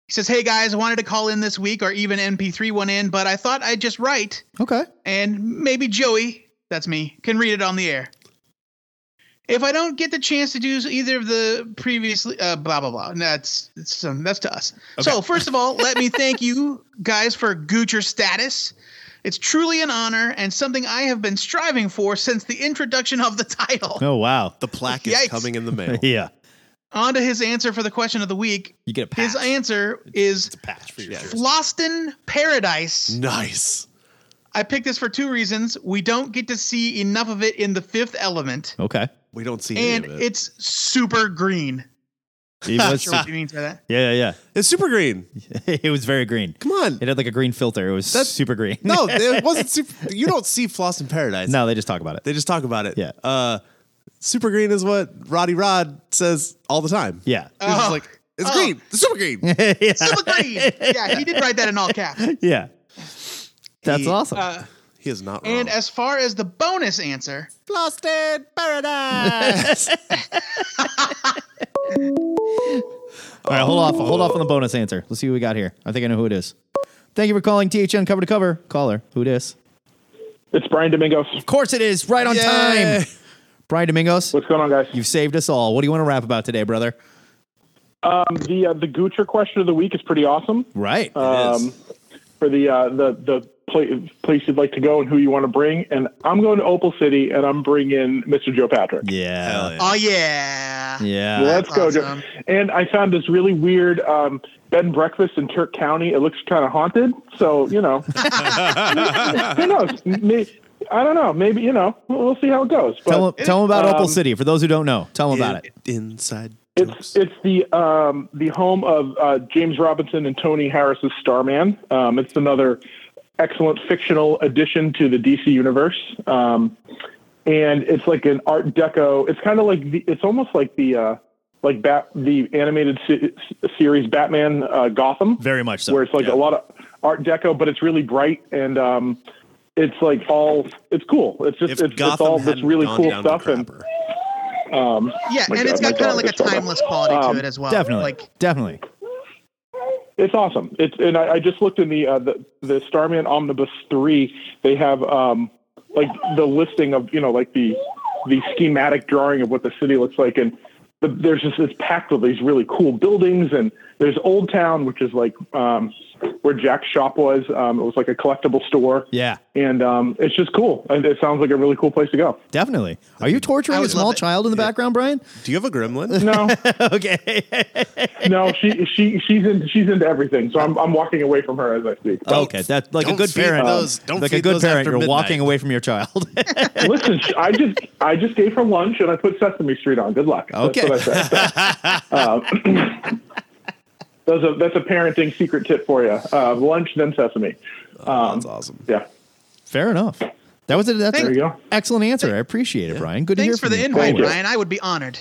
Speaker 5: He says, "Hey guys, I wanted to call in this week or even MP3 one in, but I thought I'd just write
Speaker 4: Okay.
Speaker 5: and maybe Joey, that's me, can read it on the air. If I don't get the chance to do either of the previously, uh, blah blah blah, and that's that's, um, that's to us. So first of all, let me thank you guys for Goocher status. It's truly an honor and something I have been striving for since the introduction of the title.
Speaker 4: Oh wow.
Speaker 6: The plaque is
Speaker 5: Yikes.
Speaker 6: coming in the mail.
Speaker 4: Yeah.
Speaker 5: On to his answer for the question of the week.
Speaker 4: You get a patch.
Speaker 5: His answer is
Speaker 4: patch for your shirt.
Speaker 5: Floston Paradise.
Speaker 6: Nice.
Speaker 5: I picked this for two reasons. We don't get to see enough of it in the fifth element,
Speaker 4: Okay.
Speaker 6: We don't see
Speaker 5: and
Speaker 6: any of it.
Speaker 5: it's super green.
Speaker 4: He was.
Speaker 5: Sure what you mean by that.
Speaker 4: yeah, yeah,
Speaker 6: It's super green.
Speaker 4: yeah. It was very green.
Speaker 6: Come on.
Speaker 4: It had like a green filter. It was
Speaker 6: That's-
Speaker 4: super green.
Speaker 6: No, it wasn't super. You don't see Floss in Paradise.
Speaker 4: no, Oh, they just talk about it.
Speaker 6: They just talk about it.
Speaker 4: Yeah.
Speaker 6: Uh, super green is what Roddy Rod says all the time.
Speaker 4: Yeah.
Speaker 6: He's just
Speaker 5: Oh.
Speaker 6: like, it's
Speaker 5: Oh.
Speaker 6: green. It's super green.
Speaker 4: yeah.
Speaker 5: Super green. yeah, he did write that in all caps.
Speaker 4: Yeah. That's
Speaker 6: He-
Speaker 4: awesome.
Speaker 5: Uh,
Speaker 6: He is not wrong.
Speaker 5: and as far as the bonus answer,
Speaker 6: Lost in Paradise.
Speaker 4: All right, hold off. Hold off on the bonus answer. Let's see what we got here. I think I know who it is. Thank you for calling THN cover to cover. Caller, who it is?
Speaker 11: It's Brian Domingos.
Speaker 4: Of course it is. Right on time. Brian Domingos,
Speaker 11: What's going on, guys?
Speaker 4: you've saved us all. What do you want to rap about today, brother?
Speaker 11: Um, the uh, the Gucci question of the week is pretty awesome.
Speaker 4: Right.
Speaker 11: Um, for the uh, the the pla- place you'd like to go and who you want to bring, and I'm going to Opal City, and I'm bringing Mr. Joe Patrick.
Speaker 4: yeah.
Speaker 5: Oh yeah.
Speaker 4: Yeah.
Speaker 11: Let's go, Joe.
Speaker 5: awesome.
Speaker 11: And I found this really weird um, bed and breakfast in Turk County. It looks kind of haunted, so you know, who knows? May I don't know. Maybe you know. We'll we'll see how it goes. But
Speaker 4: Tell them, tell 'em about Opal
Speaker 11: um,
Speaker 4: City for those who don't know. Tell them about it.
Speaker 6: Inside
Speaker 11: It's it's the um, the home of uh, James Robinson and Tony Harris's Starman. Um, it's another excellent fictional addition to the DC universe, um, and it's like an Art Deco. It's kind of like the, it's almost like the uh, like bat, the animated se- series Batman uh, Gotham
Speaker 4: Very much so.
Speaker 11: where it's like a lot of Art Deco, but it's really bright and um, it's like all it's cool. It's just
Speaker 6: If
Speaker 11: it's, it's
Speaker 6: Gotham
Speaker 11: all this
Speaker 6: hadn't
Speaker 11: really
Speaker 6: gone
Speaker 11: cool
Speaker 6: down the
Speaker 11: stuff and
Speaker 6: crapper.
Speaker 11: um,
Speaker 5: Yeah,
Speaker 11: my
Speaker 5: and
Speaker 11: God,
Speaker 5: it's
Speaker 11: my
Speaker 5: got kind
Speaker 11: dog
Speaker 5: of like a
Speaker 11: just fell.
Speaker 5: timeless quality
Speaker 11: Um,
Speaker 5: to it as well.
Speaker 4: Definitely.
Speaker 5: Like
Speaker 4: definitely.
Speaker 11: It's awesome. It's and I, I just looked in the, uh, the the Starman Omnibus three. They have um, like the listing of you know like the the schematic drawing of what the city looks like, and the, there's just it's packed with these really cool buildings, and there's Old Town, which is like um, where Jack's shop was. Um, it was like a collectible store,
Speaker 4: Yeah.
Speaker 11: and um, it's just cool. And It sounds like a really cool place to go.
Speaker 4: Definitely. Are you torturing
Speaker 5: I
Speaker 4: a
Speaker 5: would
Speaker 4: small
Speaker 5: love it.
Speaker 4: child in the background, Brian?
Speaker 6: Do you have a gremlin?
Speaker 11: No,
Speaker 4: okay.
Speaker 11: no, she she she's in, she's into everything, so I'm I'm walking away from her as I speak. But-
Speaker 4: Oh, okay. That's like a
Speaker 6: Don't
Speaker 4: good
Speaker 6: feed
Speaker 4: parent.
Speaker 6: those- don't
Speaker 4: like a
Speaker 6: feed
Speaker 4: good
Speaker 6: those
Speaker 4: parent,
Speaker 6: after
Speaker 4: you're walking
Speaker 6: midnight.
Speaker 4: away from your child.
Speaker 11: Listen, sh- I just I just gave her lunch and I put Sesame Street on. Good luck.
Speaker 4: Okay.
Speaker 11: That's what I said. So, uh, that's a that's a parenting secret tip for you. Uh, lunch then Sesame.
Speaker 4: Oh,
Speaker 11: Um,
Speaker 6: That's awesome.
Speaker 11: Yeah.
Speaker 4: Fair enough. That was a that's
Speaker 5: There
Speaker 4: an
Speaker 11: you go.
Speaker 4: excellent answer. I appreciate it, Brian. Good to hear
Speaker 5: thanks for
Speaker 4: from
Speaker 5: the
Speaker 4: you.
Speaker 5: invite,
Speaker 11: Thank you.
Speaker 5: Brian. I would be honored.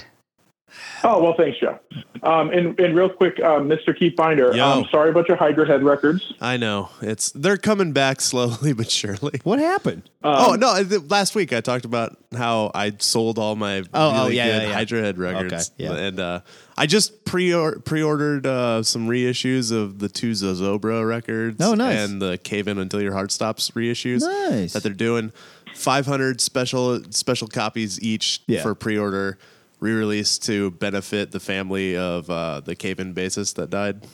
Speaker 11: Oh well, thanks, Joe. Um, and and real quick, um, Mr. Keith Binder.
Speaker 6: Yo.
Speaker 11: Um, sorry about your Hydra Head records.
Speaker 6: I know. It's they're coming back slowly but surely.
Speaker 4: What happened?
Speaker 6: oh no! I- th- Last week I talked about how I sold all my
Speaker 4: Oh, oh,
Speaker 6: really
Speaker 4: yeah,
Speaker 6: good
Speaker 4: yeah, yeah.
Speaker 6: Hydra Head records,
Speaker 4: Okay, yeah.
Speaker 6: and uh, I just pre pre ordered uh, some reissues of the two Zozobra records.
Speaker 4: Oh, nice.
Speaker 6: And the Cave In Until Your Heart Stops reissues.
Speaker 4: Nice.
Speaker 6: That they're doing five hundred special special copies each
Speaker 4: Yeah.
Speaker 6: for pre order. Re-release to benefit the family of uh, the Cave-In bassist that died.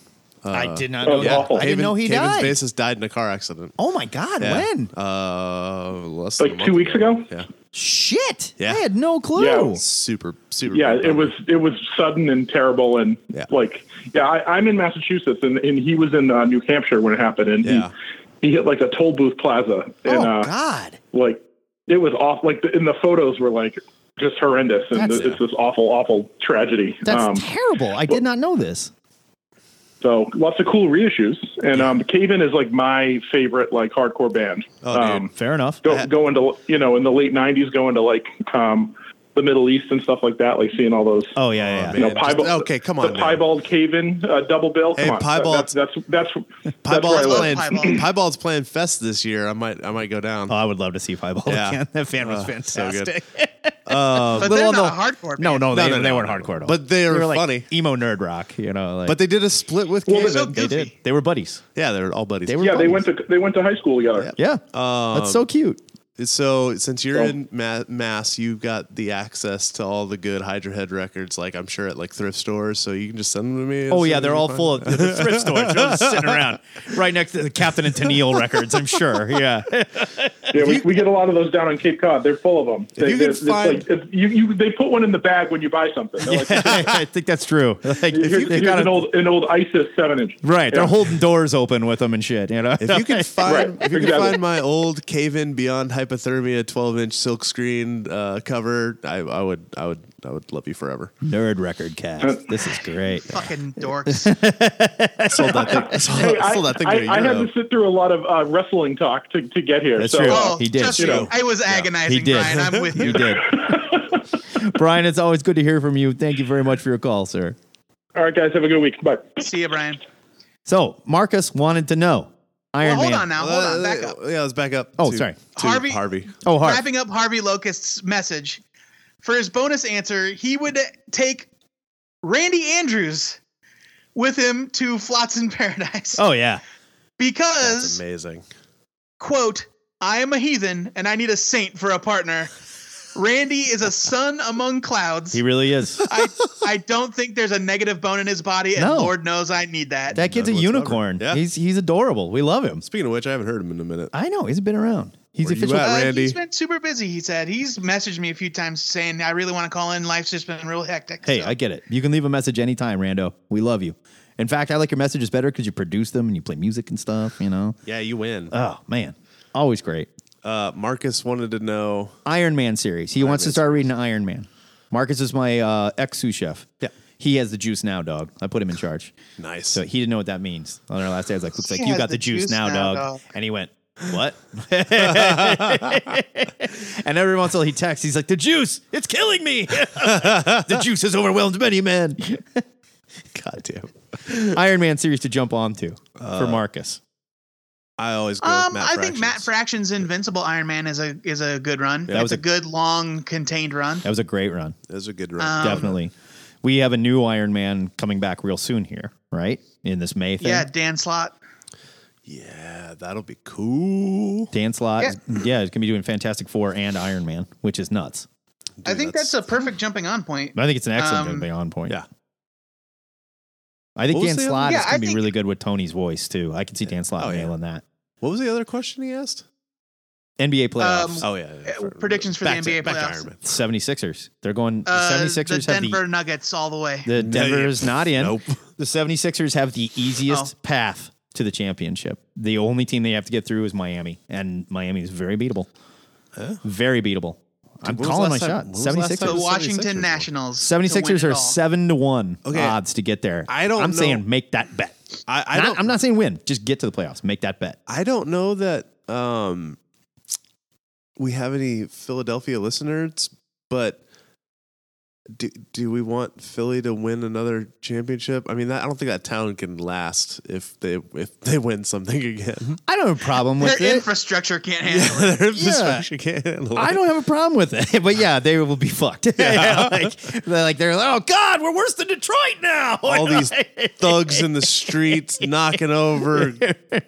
Speaker 4: I did not
Speaker 11: know that. awful. I
Speaker 4: I didn't
Speaker 6: Cave-In-
Speaker 4: know he
Speaker 6: Cave-In's
Speaker 4: died.
Speaker 6: Uh, bassist died in a car accident.
Speaker 4: Oh my god,
Speaker 6: Yeah.
Speaker 4: when?
Speaker 6: Uh, less
Speaker 11: Like
Speaker 6: than a
Speaker 11: two
Speaker 6: month
Speaker 11: weeks ago?
Speaker 6: Yeah.
Speaker 4: Shit.
Speaker 6: Yeah.
Speaker 4: I had no clue.
Speaker 11: Yeah.
Speaker 6: Super, super.
Speaker 11: Yeah,
Speaker 6: big
Speaker 11: it was
Speaker 6: bummer.
Speaker 11: it was sudden and terrible and
Speaker 6: Yeah.
Speaker 11: like yeah, I, I'm in Massachusetts and, and he was in uh, New Hampshire when it happened and
Speaker 6: Yeah.
Speaker 11: he, he hit like a toll booth plaza and
Speaker 4: oh
Speaker 11: uh,
Speaker 4: god.
Speaker 11: like it was off like the, and the photos were like just horrendous and
Speaker 4: That's-
Speaker 11: it's this awful awful tragedy
Speaker 4: That's
Speaker 11: um,
Speaker 4: terrible. I did not know this.
Speaker 11: so lots of cool reissues and um cave-in is like my favorite like hardcore band
Speaker 6: Oh, dude.
Speaker 11: um
Speaker 4: Fair enough.
Speaker 11: go, go into you know in the late 90s going to like um the middle east and stuff like that like seeing all those
Speaker 4: Oh yeah, yeah.
Speaker 6: Oh,
Speaker 4: yeah.
Speaker 11: you know,
Speaker 6: man, just-
Speaker 11: Piebald,
Speaker 6: okay, come
Speaker 11: The
Speaker 6: on, man.
Speaker 11: Piebald Cave-In uh, double bill.
Speaker 6: Hey,
Speaker 11: come on.
Speaker 6: Piebald-
Speaker 11: That's that's that's, that's where I
Speaker 6: Piebald's
Speaker 11: live.
Speaker 6: playing.
Speaker 5: Piebald.
Speaker 6: Piebald's playing Fest this year. I might, I might go down.
Speaker 4: Oh, I would love to see Fireball
Speaker 6: Yeah.
Speaker 4: again. That fan was
Speaker 6: Uh, so good.
Speaker 5: But
Speaker 4: fantastic.
Speaker 6: Uh, little
Speaker 5: they're
Speaker 6: on
Speaker 5: not a hardcore.
Speaker 4: no,
Speaker 5: band.
Speaker 4: no, they,
Speaker 6: no,
Speaker 4: they
Speaker 6: no,
Speaker 4: weren't
Speaker 6: no, no.
Speaker 4: hardcore at all.
Speaker 6: But they are
Speaker 4: were like
Speaker 6: funny.
Speaker 4: emo nerd rock, you know. Like,
Speaker 6: but they did a split with
Speaker 11: Well,
Speaker 6: Cave.
Speaker 11: they're
Speaker 5: so
Speaker 6: In.
Speaker 4: they
Speaker 5: goofy.
Speaker 4: did. They were buddies.
Speaker 6: yeah, they're all buddies. Um,
Speaker 4: They were
Speaker 11: Yeah, they
Speaker 4: buddies.
Speaker 11: went to they went to high school together.
Speaker 4: Yeah, that's so cute.
Speaker 6: So since you're
Speaker 11: So-
Speaker 6: in ma- Mass, you've got the access to all the good Hydra Head records. Like I'm sure at like thrift stores, so you can just send them to me.
Speaker 4: Oh yeah, they're all full of the thrift stores. They're all sitting around right next to the Captain and Tennille records. I'm sure. Yeah,
Speaker 11: Yeah, we, we get a lot of those down on Cape Cod. They're full of them. They,
Speaker 6: you
Speaker 11: they-
Speaker 6: can
Speaker 11: it's
Speaker 6: find-
Speaker 11: like, if you, you, they put one in the bag when you buy something. They're like,
Speaker 4: I think that's true. Like,
Speaker 11: here's,
Speaker 4: they've
Speaker 11: here's
Speaker 4: got
Speaker 11: an
Speaker 4: a-
Speaker 11: old an old ISIS seven inch.
Speaker 4: right.
Speaker 11: Yeah.
Speaker 4: They're holding doors open with them and shit. You know.
Speaker 6: If you can find,
Speaker 11: Right,
Speaker 6: if you can
Speaker 11: exactly.
Speaker 6: find my old cave in beyond hypothermia twelve inch silkscreen uh, cover, I, I would, I would, I would love you forever.
Speaker 4: nerd record cast. This is great.
Speaker 5: Fucking dorks.
Speaker 6: sold that thing. Sold,
Speaker 11: Hey, I,
Speaker 6: sold that thing to
Speaker 11: I, I
Speaker 6: Europe.
Speaker 11: had to sit through a lot of uh, wrestling talk to, to get here.
Speaker 4: That's
Speaker 11: so,
Speaker 4: true.
Speaker 11: uh,
Speaker 5: Oh,
Speaker 4: He did.
Speaker 5: Trust
Speaker 4: You
Speaker 5: me,
Speaker 4: know.
Speaker 5: I was agonizing,
Speaker 4: He did.
Speaker 5: Brian. I'm with
Speaker 4: He
Speaker 5: you.
Speaker 4: did. Brian, it's always good to hear from you. Thank you very much for your call, sir.
Speaker 11: all right, guys, have a good week. Bye.
Speaker 5: See you, Brian.
Speaker 4: So Marcus wanted to know Iron
Speaker 5: Well, hold
Speaker 4: Man.
Speaker 5: on now.
Speaker 6: Uh,
Speaker 5: Hold on. Back up.
Speaker 6: Yeah, let's back up.
Speaker 4: Oh, sorry.
Speaker 5: Harvey-
Speaker 6: Harvey.
Speaker 4: Oh, hard.
Speaker 5: Wrapping up Harvey Locust's message for his bonus answer, he would take Randy Andrews with him to Flotsam Paradise.
Speaker 4: Oh yeah,
Speaker 5: because
Speaker 6: amazing.
Speaker 5: quote, I am a heathen and I need a saint for a partner. Randy is a sun among clouds.
Speaker 4: He really is.
Speaker 5: I, I don't think there's a negative bone in his body, and
Speaker 4: No.
Speaker 5: Lord knows I need that.
Speaker 4: That kid's a unicorn. He's he's adorable. We love him.
Speaker 6: Speaking of which, I haven't heard him in a minute.
Speaker 4: I know he's been around. He's
Speaker 6: Where you
Speaker 4: official.
Speaker 6: at,
Speaker 5: Uh,
Speaker 6: Randy?
Speaker 5: He's been super busy. He said he's messaged me a few times saying I really want to call in. Life's just been real hectic.
Speaker 4: Hey, I get it. You can leave a message anytime, Rando. We love you. In fact, I like your messages better because you produce them and you play music and stuff. You know.
Speaker 6: Yeah, you win.
Speaker 4: Oh man, always great.
Speaker 6: Uh, Marcus wanted to know.
Speaker 4: Iron Man series. He wants to start reading Iron Man. Marcus is my uh, ex sous chef. Yeah. He has the juice now, dog. I put him in charge.
Speaker 6: Nice.
Speaker 4: So he didn't know what that means. On our last day, I was like, looks
Speaker 5: He
Speaker 4: like you
Speaker 5: has
Speaker 4: got the, juice, now, dog.
Speaker 5: dog.
Speaker 4: And he went, what? and every once in a while he texts, he's like, the juice, it's killing me. the juice has overwhelmed many men.
Speaker 6: God damn.
Speaker 4: Iron Man series to jump onto for Marcus.
Speaker 6: Uh, I always go
Speaker 5: Um,
Speaker 6: with Matt.
Speaker 5: I think Matt
Speaker 6: Fractions.
Speaker 5: Fraction's Invincible Iron Man is a is a good run.
Speaker 4: That
Speaker 5: That
Speaker 4: was
Speaker 5: was
Speaker 4: a-
Speaker 5: a good long contained run.
Speaker 4: That was a great run.
Speaker 6: Those are good run.
Speaker 5: Um,
Speaker 4: Definitely. We have a new Iron Man coming back real soon here, right? In this May thing.
Speaker 5: Yeah, Dan Slot.
Speaker 6: yeah, Uh, that'll be cool.
Speaker 4: Dan Slott. Yeah, yeah it's gonna be doing Fantastic Four and Iron Man, which is nuts.
Speaker 5: I think that's, a perfect jumping on point.
Speaker 4: But I think it's an excellent
Speaker 5: Um,
Speaker 4: jumping on point.
Speaker 6: Yeah.
Speaker 4: I think
Speaker 6: What was
Speaker 4: Dan
Speaker 6: the other-
Speaker 4: Slott
Speaker 5: Yeah,
Speaker 4: is
Speaker 5: I
Speaker 4: gonna be
Speaker 5: think-
Speaker 4: really good with Tony's voice too. I can see Dan Slott
Speaker 6: Oh, yeah.
Speaker 4: nailing that.
Speaker 6: What was the other question he asked?
Speaker 4: NBA playoffs.
Speaker 5: Um,
Speaker 6: Oh yeah, yeah,
Speaker 5: Uh, predictions for
Speaker 6: back
Speaker 5: the
Speaker 6: to-
Speaker 5: NBA
Speaker 6: back to
Speaker 5: playoffs.
Speaker 6: Iron Man.
Speaker 4: 76ers. They're going the
Speaker 5: Uh,
Speaker 4: 76ers
Speaker 5: the
Speaker 4: have
Speaker 5: Denver Nuggets all the way.
Speaker 4: the, the Denver's not in.
Speaker 6: Nope.
Speaker 4: The 76ers have the
Speaker 5: Oh.
Speaker 4: easiest path to the championship. The only team they have to get through is Miami, and Miami is very beatable. Very beatable. I'm
Speaker 6: when was
Speaker 4: calling Oh, my
Speaker 6: last time-
Speaker 4: shot.
Speaker 6: when was
Speaker 4: 76ers.
Speaker 6: last time
Speaker 5: the
Speaker 6: the 76ers
Speaker 5: Washington
Speaker 6: won.
Speaker 5: Nationals. to win
Speaker 4: 76ers
Speaker 5: it
Speaker 4: are
Speaker 5: all.
Speaker 4: 7 to 1
Speaker 6: Okay.
Speaker 4: odds to get there.
Speaker 6: I don't
Speaker 4: I'm
Speaker 6: know-
Speaker 4: saying make that bet.
Speaker 6: I, I
Speaker 4: Not-
Speaker 6: don't.
Speaker 4: I'm not saying win, just get to the playoffs, make that bet.
Speaker 6: I don't know that um, we have any Philadelphia listeners, but do, do we want Philly to win another championship? I mean, that, I don't think that town can last if they if they win something again.
Speaker 4: I don't have a problem
Speaker 5: Their
Speaker 4: with it.
Speaker 5: infrastructure can't handle it.
Speaker 6: Their infrastructure can't handle
Speaker 4: I
Speaker 6: it.
Speaker 4: don't have a problem with it, but yeah, they will be fucked.
Speaker 6: Yeah.
Speaker 4: like they're like they're like, oh god, we're worse than Detroit now.
Speaker 6: All these thugs in the streets knocking over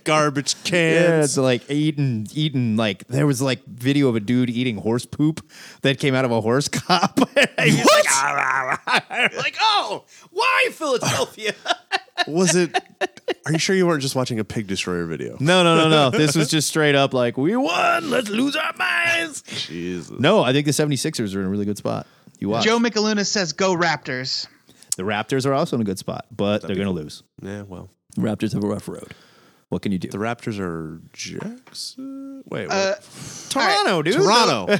Speaker 6: garbage
Speaker 4: Yeah,
Speaker 6: cans.
Speaker 4: it's like eating, eating. Like there was like video of a dude eating horse poop that came out of a horse cop. what? Like, "Ah, ah, ah." Like, oh, why Philadelphia?
Speaker 6: Was it? Are you sure you weren't just watching a pig destroyer video?
Speaker 4: no, no, no, no. This was just straight up like we won. Let's lose our minds.
Speaker 6: Jesus.
Speaker 4: No, I think the 76ers are in a really good spot. You watch.
Speaker 5: Joe McAluna says, "Go Raptors."
Speaker 4: the Raptors are also in a good spot, but they're going to lose.
Speaker 6: Yeah. Well,
Speaker 4: The Raptors have a rough road. What can you do?
Speaker 6: the Raptors are Jackson. Wait.
Speaker 5: Uh,
Speaker 6: what?
Speaker 4: Toronto, dude.
Speaker 6: Toronto.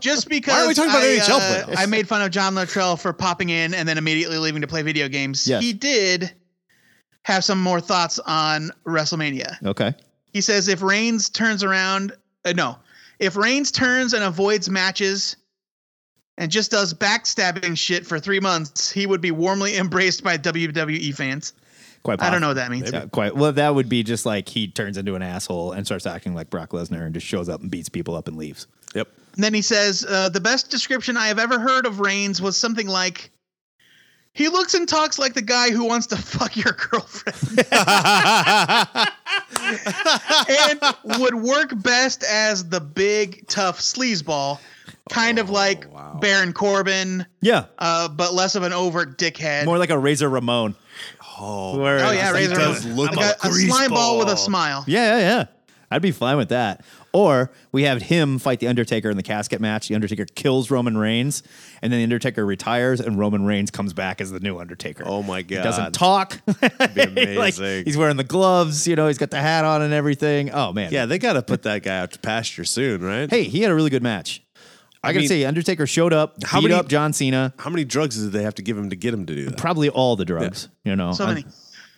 Speaker 5: just because
Speaker 6: Why are we talking about
Speaker 5: I,
Speaker 6: NHL
Speaker 5: uh,
Speaker 6: playoffs?
Speaker 5: I made fun of John Luttrell for popping in and then immediately leaving to play video games.
Speaker 4: Yes.
Speaker 5: He did have some more thoughts on WrestleMania.
Speaker 4: Okay.
Speaker 5: He says if Reigns turns around, uh, no, if Reigns turns and avoids matches and just does backstabbing shit for three months, he would be warmly embraced by WWE fans.
Speaker 4: Quite.
Speaker 5: I don't know
Speaker 4: possible.
Speaker 5: what that means.
Speaker 4: Yeah, quite. Well, that would be just like he turns into an asshole and starts acting like Brock Lesnar and just shows up and beats people up and leaves.
Speaker 6: yep.
Speaker 5: And then he says, uh, the best description I have ever heard of Reigns was something like, he looks and talks like the guy who wants to fuck your girlfriend and would work best as the big, tough sleazeball, kind of like Baron Corbin,
Speaker 4: Yeah.
Speaker 5: uh, but less of an overt dickhead.
Speaker 4: More like a Razor Ramon.
Speaker 6: Oh,
Speaker 4: Where
Speaker 5: oh,
Speaker 4: it's
Speaker 5: yeah,
Speaker 4: like-
Speaker 5: Razor
Speaker 6: does
Speaker 5: Ramon.
Speaker 6: look
Speaker 5: like a, a
Speaker 6: greaseball.
Speaker 5: slime ball with a smile.
Speaker 4: Yeah, yeah, yeah. I'd be fine with that. Or we have him fight the Undertaker in the casket match. The Undertaker kills Roman Reigns, and then the Undertaker retires, and Roman Reigns comes back as the new Undertaker.
Speaker 6: Oh my
Speaker 4: He
Speaker 6: God.
Speaker 4: doesn't talk. That'd
Speaker 6: be amazing.
Speaker 4: he's wearing the gloves. You know, he's got the hat on and everything. Oh man.
Speaker 6: yeah, they got to put that guy out to pasture soon, right?
Speaker 4: Hey, he had a really good match. I, gotta
Speaker 6: mean-
Speaker 4: say, Undertaker showed up,
Speaker 6: How
Speaker 4: beat
Speaker 6: many-
Speaker 4: up John Cena.
Speaker 6: how many drugs did they have to give him to get him to do that?
Speaker 4: Probably all the drugs. You know,
Speaker 5: So many. Uh,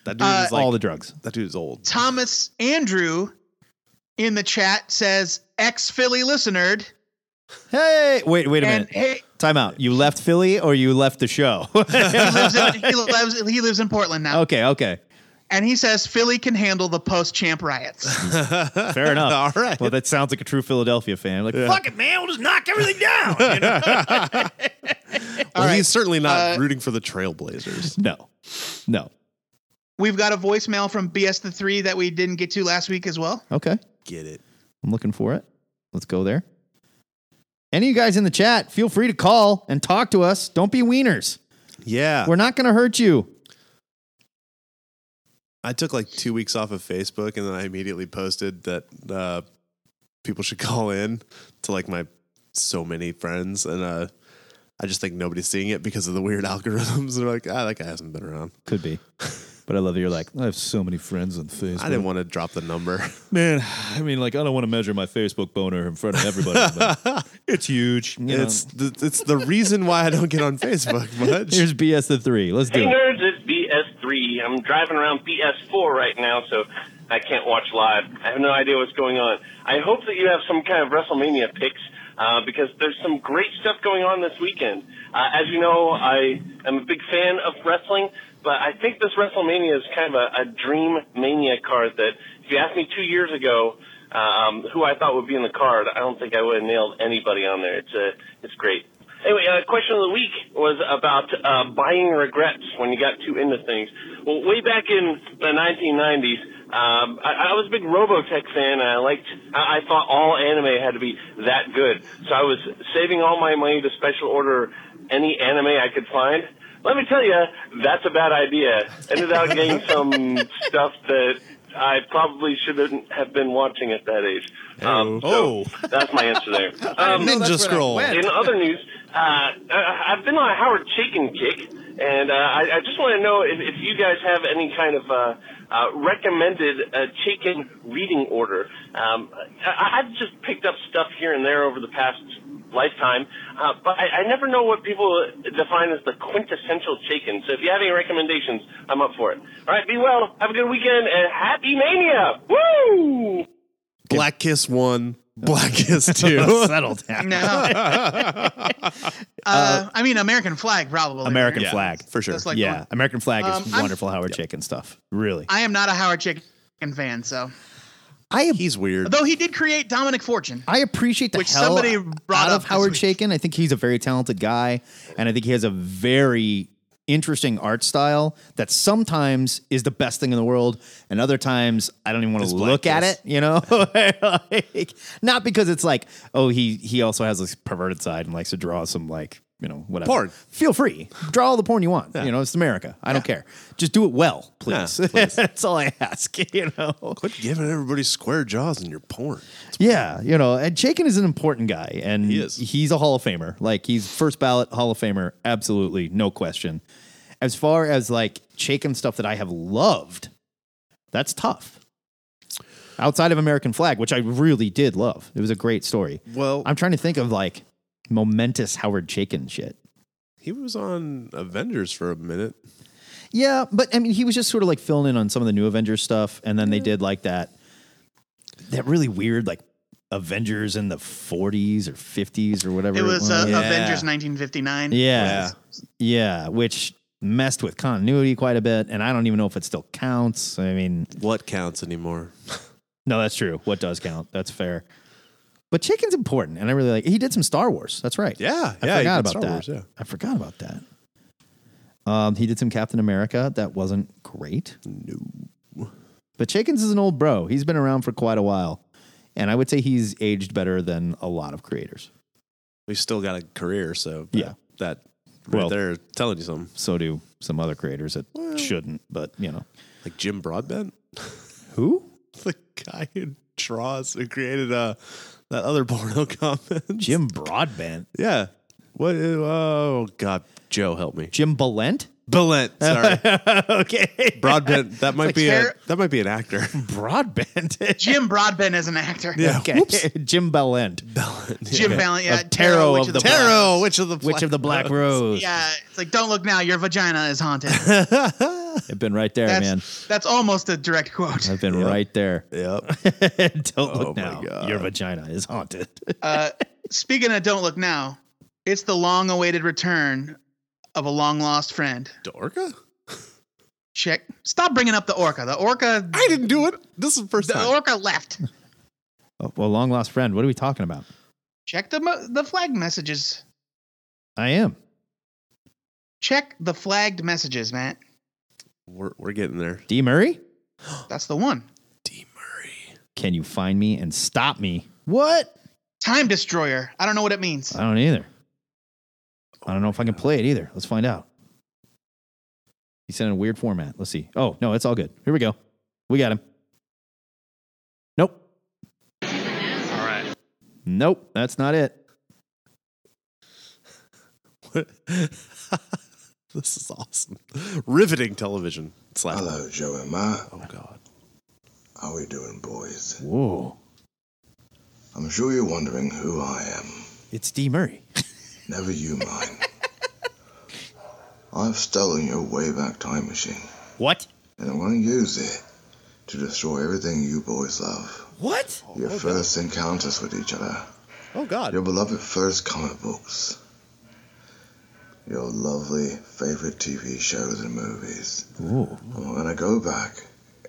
Speaker 6: That dude is like
Speaker 4: all the drugs.
Speaker 6: That dude's old.
Speaker 5: Thomas Andrew in the chat says, ex Philly listener.
Speaker 4: Hey, wait, wait a
Speaker 5: And
Speaker 4: minute.
Speaker 5: hey,
Speaker 4: Time out. You left Philly or you left the show?
Speaker 5: he lives in he lives he lives in Portland now,
Speaker 4: okay, okay.
Speaker 5: and he says Philly can handle the post champ riots.
Speaker 4: Fair enough.
Speaker 6: All right.
Speaker 4: Well, that sounds like a true Philadelphia fan. Like, fuck it, man. We'll just knock everything down. you know?
Speaker 6: Well,
Speaker 5: All right.
Speaker 6: he's certainly not
Speaker 5: Uh,
Speaker 6: rooting for the Trailblazers.
Speaker 4: No, no.
Speaker 5: We've got a voicemail from BS the Three that we didn't get to last week as well.
Speaker 4: Okay.
Speaker 6: Get it.
Speaker 4: I'm looking for it. Let's go there. Any of you guys in the chat, feel free to call and talk to us. Don't be wieners.
Speaker 6: Yeah.
Speaker 4: We're not going to hurt you.
Speaker 6: I took like two weeks off of Facebook and then I immediately posted that uh, people should call in to like my so many friends. And uh, I just think nobody's seeing it because of the weird algorithms. They're like, ah, that guy hasn't been around.
Speaker 4: Could be. But I love that you're like, I have so many friends on Facebook.
Speaker 6: I didn't want to drop the number.
Speaker 4: Man, I mean, like, I don't want to measure my Facebook boner in front of everybody. but it's huge. you know.
Speaker 6: It's the, it's the reason why I don't get on Facebook much.
Speaker 4: Here's BS the three. Let's do
Speaker 12: Hey
Speaker 4: it.
Speaker 12: nerds, it's BS3. I'm driving around BS4 right now, so I can't watch live. I have no idea what's going on. I hope that you have some kind of WrestleMania picks uh, because there's some great stuff going on this weekend. Uh, as you know, I am a big fan of wrestling, but I think this WrestleMania is kind of a, a dream mania card that if you asked me two years ago um, who I thought would be in the card, I don't think I would have nailed anybody on there. It's, a, it's great. Anyway, uh, question of the week was about uh, buying regrets when you got too into things. Well, way back in the 1990s, um, I, I was a big Robotech fan, and I liked. I, I thought all anime had to be that good, so I was saving all my money to special order any anime I could find. Let me tell you, that's a bad idea. Ended up getting some stuff that I probably shouldn't have been watching at that age. Um, so that's my answer there. Um,
Speaker 6: I didn't know that's where that went.
Speaker 12: In other news, uh, I- I've been on a Howard Chaykin kick, and uh, I, I just want to know if, if you guys have any kind of uh, uh, recommended uh, Chaykin reading order. Um, I, I've just picked up stuff here and there over the past lifetime, uh, but I, I never know what people define as the quintessential Chaykin. So if you have any recommendations, I'm up for it. All right, be well, have a good weekend, and happy mania! Woo!
Speaker 6: Black Kiss 1, Black Kiss 2.
Speaker 4: Settle down.
Speaker 5: No. uh, I mean, American flag, probably.
Speaker 4: American
Speaker 5: right?
Speaker 4: flag. For sure.
Speaker 5: That's like
Speaker 4: yeah.
Speaker 5: one.
Speaker 4: American flag is
Speaker 5: Um, I'm-
Speaker 4: wonderful Howard Chicken stuff. Really.
Speaker 5: I am not a Howard Chicken fan, so
Speaker 4: I am,
Speaker 6: He's weird.
Speaker 5: though he did create Dominic Fortune.
Speaker 4: I appreciate the
Speaker 5: Which
Speaker 4: hell
Speaker 5: somebody
Speaker 4: out
Speaker 5: brought
Speaker 4: of
Speaker 5: up this
Speaker 4: Howard
Speaker 5: week.
Speaker 4: Chaykin. I think he's a very talented guy, and I think he has a very interesting art style that sometimes is the best thing in the world, and other times I don't even want to
Speaker 6: Just
Speaker 4: look at it.
Speaker 6: blacklist.
Speaker 4: You know, Like, not because it's like, oh, he he also has this perverted side and likes to draw some like you know whatever
Speaker 6: Porn.
Speaker 4: Feel free, draw all the porn you want. You know, it's America. I don't care. Just do it well, please.
Speaker 6: Yeah, please.
Speaker 4: That's all I ask. You know.
Speaker 6: Quit giving everybody square jaws in your porn.
Speaker 4: Yeah, you know, and Chaikin is an important guy, and
Speaker 6: He is.
Speaker 4: he's a Hall of Famer. Like he's first ballot Hall of Famer, absolutely, no question. As far as like Chaikin stuff that I have loved, that's tough. Outside of American Flag, which I really did love, it was a great story.
Speaker 6: Well,
Speaker 4: I'm trying to think of like momentous Howard Chaikin shit.
Speaker 6: he was on Avengers for a minute.
Speaker 4: Yeah, but I mean, he was just sort of like filling in on some of the new Avengers stuff, and then they did like that that really weird like Avengers in the 40s or 50s or whatever.
Speaker 5: It was uh,
Speaker 4: Yeah.
Speaker 5: Avengers 1959.
Speaker 4: Yeah, yeah, which messed with continuity quite a bit, and I don't even know if it still counts. I mean,
Speaker 6: What counts anymore?
Speaker 4: no, that's true. What does count? That's fair. But chicken's important, and I really like. He did some Star Wars. That's right.
Speaker 6: Yeah,
Speaker 4: I
Speaker 6: yeah, he
Speaker 4: forgot
Speaker 6: did
Speaker 4: about
Speaker 6: Star
Speaker 4: that.
Speaker 6: Wars, yeah.
Speaker 4: I forgot about that. Um, he did some Captain America. That wasn't great.
Speaker 6: No.
Speaker 4: But Chikins is an old bro. He's been around for quite a while. And I would say he's aged better than a lot of creators.
Speaker 6: We still got a career, so
Speaker 4: Yeah.
Speaker 6: that, that right
Speaker 4: Well-
Speaker 6: there telling you something.
Speaker 4: So do some other creators that shouldn't, but you know.
Speaker 6: Like Jim Broadbent,
Speaker 4: Who?
Speaker 6: the guy who draws who created uh that other porno comment.
Speaker 4: Jim Broadbent.
Speaker 6: yeah. What? Oh God, Joe, help me.
Speaker 4: Jim Belent?
Speaker 6: Belent, sorry,
Speaker 4: okay.
Speaker 6: Broadbent. That might be a,
Speaker 5: Ter-
Speaker 6: that might be an actor.
Speaker 4: Broadbent.
Speaker 5: Jim Broadbent is an actor.
Speaker 6: Yeah.
Speaker 4: okay. Jim Belent.
Speaker 5: Jim Valiant, yeah.
Speaker 4: Of Tarot
Speaker 5: Which
Speaker 4: of the
Speaker 5: Black-
Speaker 6: Tarot, which of the
Speaker 4: Witch of the Black Rose.
Speaker 5: Yeah, it's like don't look now. Your vagina is haunted.
Speaker 4: I've been right there,
Speaker 5: That's
Speaker 4: man.
Speaker 5: that's almost a direct quote.
Speaker 4: I've been right there.
Speaker 6: Yep.
Speaker 4: Don't
Speaker 6: Oh
Speaker 4: look
Speaker 6: my
Speaker 4: now.
Speaker 6: God.
Speaker 4: Your vagina is haunted.
Speaker 5: Uh, speaking of don't look now, it's the long-awaited return of a long-lost friend.
Speaker 6: Dorka.
Speaker 5: Check. Stop bringing up the orca. The orca.
Speaker 6: I didn't do it. This is the first
Speaker 5: The
Speaker 6: time.
Speaker 5: orca left.
Speaker 4: Oh, well, long lost friend. What are we talking about?
Speaker 5: Check the mo- the flag messages.
Speaker 4: I am.
Speaker 5: Check the flagged messages, Matt.
Speaker 6: We're, we're getting there.
Speaker 4: D. Murray?
Speaker 5: That's the one.
Speaker 4: Can you find me and stop me?
Speaker 5: What? Time destroyer. I don't know what it means.
Speaker 4: I don't either. I don't know if I can play it either. Let's find out. He sent in a weird format. Let's see. Oh, no, it's all good. Here we go. We got him. Nope.
Speaker 6: All right.
Speaker 4: Nope. That's not it.
Speaker 6: This is awesome. Riveting television. Slap.
Speaker 13: Hello, Joe and Ma. Oh, God. How we doing, boys?
Speaker 4: Whoa.
Speaker 13: I'm sure you're wondering who I am.
Speaker 4: It's D. Murray.
Speaker 13: Never you mind. I've stolen your way back time machine.
Speaker 4: What?
Speaker 13: And I'm going to use it to destroy everything you boys love.
Speaker 4: What?
Speaker 13: Your first encounters with each other.
Speaker 6: Oh, God.
Speaker 13: Your beloved first comic books. Your lovely favorite TV shows and movies.
Speaker 4: Ooh.
Speaker 13: And we're going to go back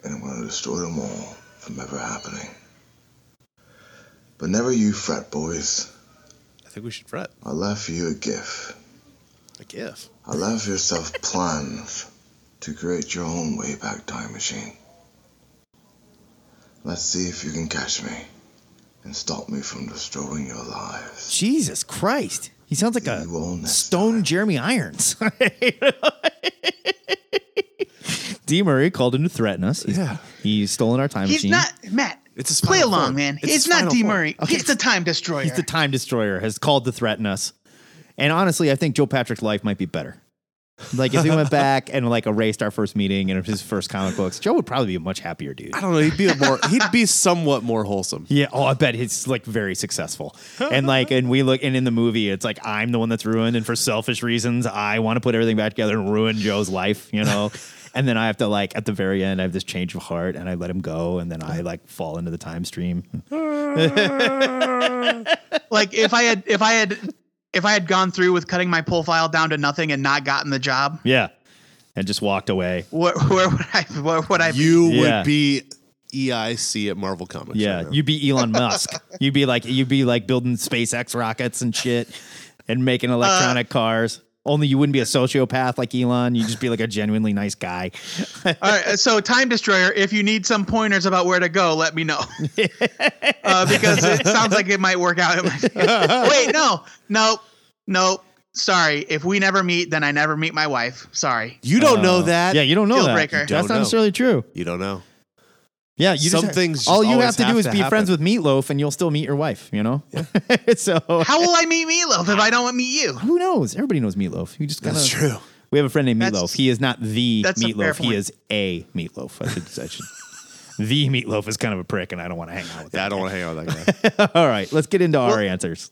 Speaker 13: and I'm going to destroy them all from ever happening. But never you fret, boys.
Speaker 6: I think we should fret.
Speaker 13: I left for you a gift.
Speaker 6: A gift.
Speaker 13: I left yourself plans to create your own way back time machine. Let's see if you can catch me and stop me from destroying your lives.
Speaker 4: Jesus Christ. He sounds like a stone Jeremy Irons. D. Murray called in to threaten us. He's, yeah. He's stolen our time
Speaker 5: He's
Speaker 4: machine.
Speaker 5: not Matt.
Speaker 4: It's his
Speaker 5: play
Speaker 4: final
Speaker 5: along,
Speaker 4: form.
Speaker 5: man.
Speaker 4: It's
Speaker 5: It's,
Speaker 4: his
Speaker 5: not
Speaker 4: final
Speaker 5: D.
Speaker 4: form.
Speaker 5: Murray.
Speaker 4: Okay.
Speaker 5: It's the time destroyer.
Speaker 4: He's the time destroyer, has called to threaten us. And honestly, I think Joe Patrick's life might be better. Like if he went back and like erased our first meeting and his first comic books, Joe would probably be a much happier dude.
Speaker 6: I don't know. He'd be a more. he'd be somewhat more wholesome.
Speaker 4: Yeah. Oh, I bet he's like very successful. And like, and we look, and in the movie, it's like I'm the one that's ruined, and for selfish reasons, I want to put everything back together and ruin Joe's life, you know. and then I have to like at the very end, I have this change of heart, and I let him go, and then I like fall into the time stream.
Speaker 5: like if I had if I had if I had gone through with cutting my profile down to nothing and not gotten the job,
Speaker 4: yeah, and just walked away.
Speaker 5: where, where would I where would I
Speaker 6: You
Speaker 4: Yeah.
Speaker 6: would be EIC at Marvel Comics.
Speaker 4: Yeah, you'd be Elon Musk. you'd be like you'd be like building SpaceX rockets and shit, and
Speaker 5: Uh,
Speaker 4: making electronic cars. Only you wouldn't be a sociopath like Elon. You'd just be like a genuinely nice guy.
Speaker 5: All right, so time destroyer. If you need some pointers about where to go, let me know uh, because it sounds like it might work out. It might- Wait, no, no, no. Sorry, if we never meet, then I never meet my wife. Sorry,
Speaker 6: You don't know that.
Speaker 4: Oh. Yeah, you don't know
Speaker 5: Deal
Speaker 4: that.
Speaker 5: breaker. You don't
Speaker 4: That's not
Speaker 5: know.
Speaker 4: necessarily true.
Speaker 6: You don't know.
Speaker 4: Yeah, you
Speaker 6: Some
Speaker 4: just,
Speaker 6: things just
Speaker 4: All you
Speaker 6: always
Speaker 4: have to
Speaker 6: have
Speaker 4: do is
Speaker 6: to
Speaker 4: be friends with Meatloaf, and you'll still meet your wife. You know. so
Speaker 5: how will I meet Meatloaf if I don't meet you?
Speaker 4: Who knows? Everybody knows Meatloaf. You just gotta,
Speaker 5: That's true.
Speaker 4: We have a friend named
Speaker 5: That's-
Speaker 4: Meatloaf. He is not the
Speaker 5: that's a fair
Speaker 4: Meatloaf. He
Speaker 5: point.
Speaker 4: is a Meatloaf. I should. I should the Meatloaf is kind of a prick, and I don't want to hang out with that. Yeah, I don't want
Speaker 6: to hang out with
Speaker 4: that guy. all right, let's get into our answers.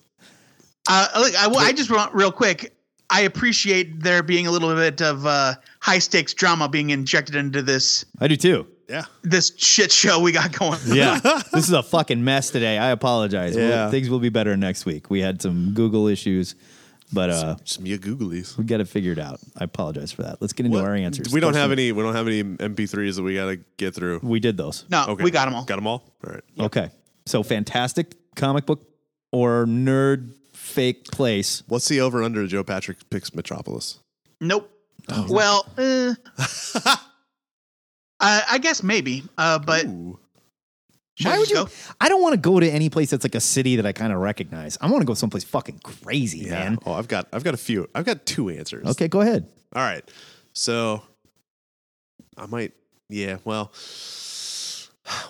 Speaker 5: Uh, look, I, I just want real quick. I appreciate there being a little bit of uh, high stakes drama being injected into this
Speaker 4: I do too.
Speaker 6: Yeah.
Speaker 5: this shit show we got going.
Speaker 4: Yeah, this is a fucking mess today. I apologize. We'll-
Speaker 6: Yeah.
Speaker 4: things will be better next week. We had some Google issues, but uh,
Speaker 6: some, some Googlies.
Speaker 4: We got it figured out. I apologize for that. Let's get into our answers.
Speaker 6: We don't have
Speaker 4: Question-
Speaker 6: any. We don't have any MP3s that we got to get through.
Speaker 4: We did those.
Speaker 5: No, we got 'em all.
Speaker 6: Got them all. All right.
Speaker 4: Okay, so fantastic comic book or nerd fake place.
Speaker 6: What's the over under Joe Patrick picks Metropolis?
Speaker 5: Nope.
Speaker 4: Oh,
Speaker 5: well, uh, I, I guess maybe. Uh, but Should I
Speaker 4: Why would
Speaker 5: just
Speaker 4: you? I don't want to go to any place that's like a city that I kind of recognize. I want to go someplace fucking crazy, man.
Speaker 6: Oh, I've got I've got a few. I've got two answers.
Speaker 4: Okay, go ahead.
Speaker 6: All right. So I might yeah, well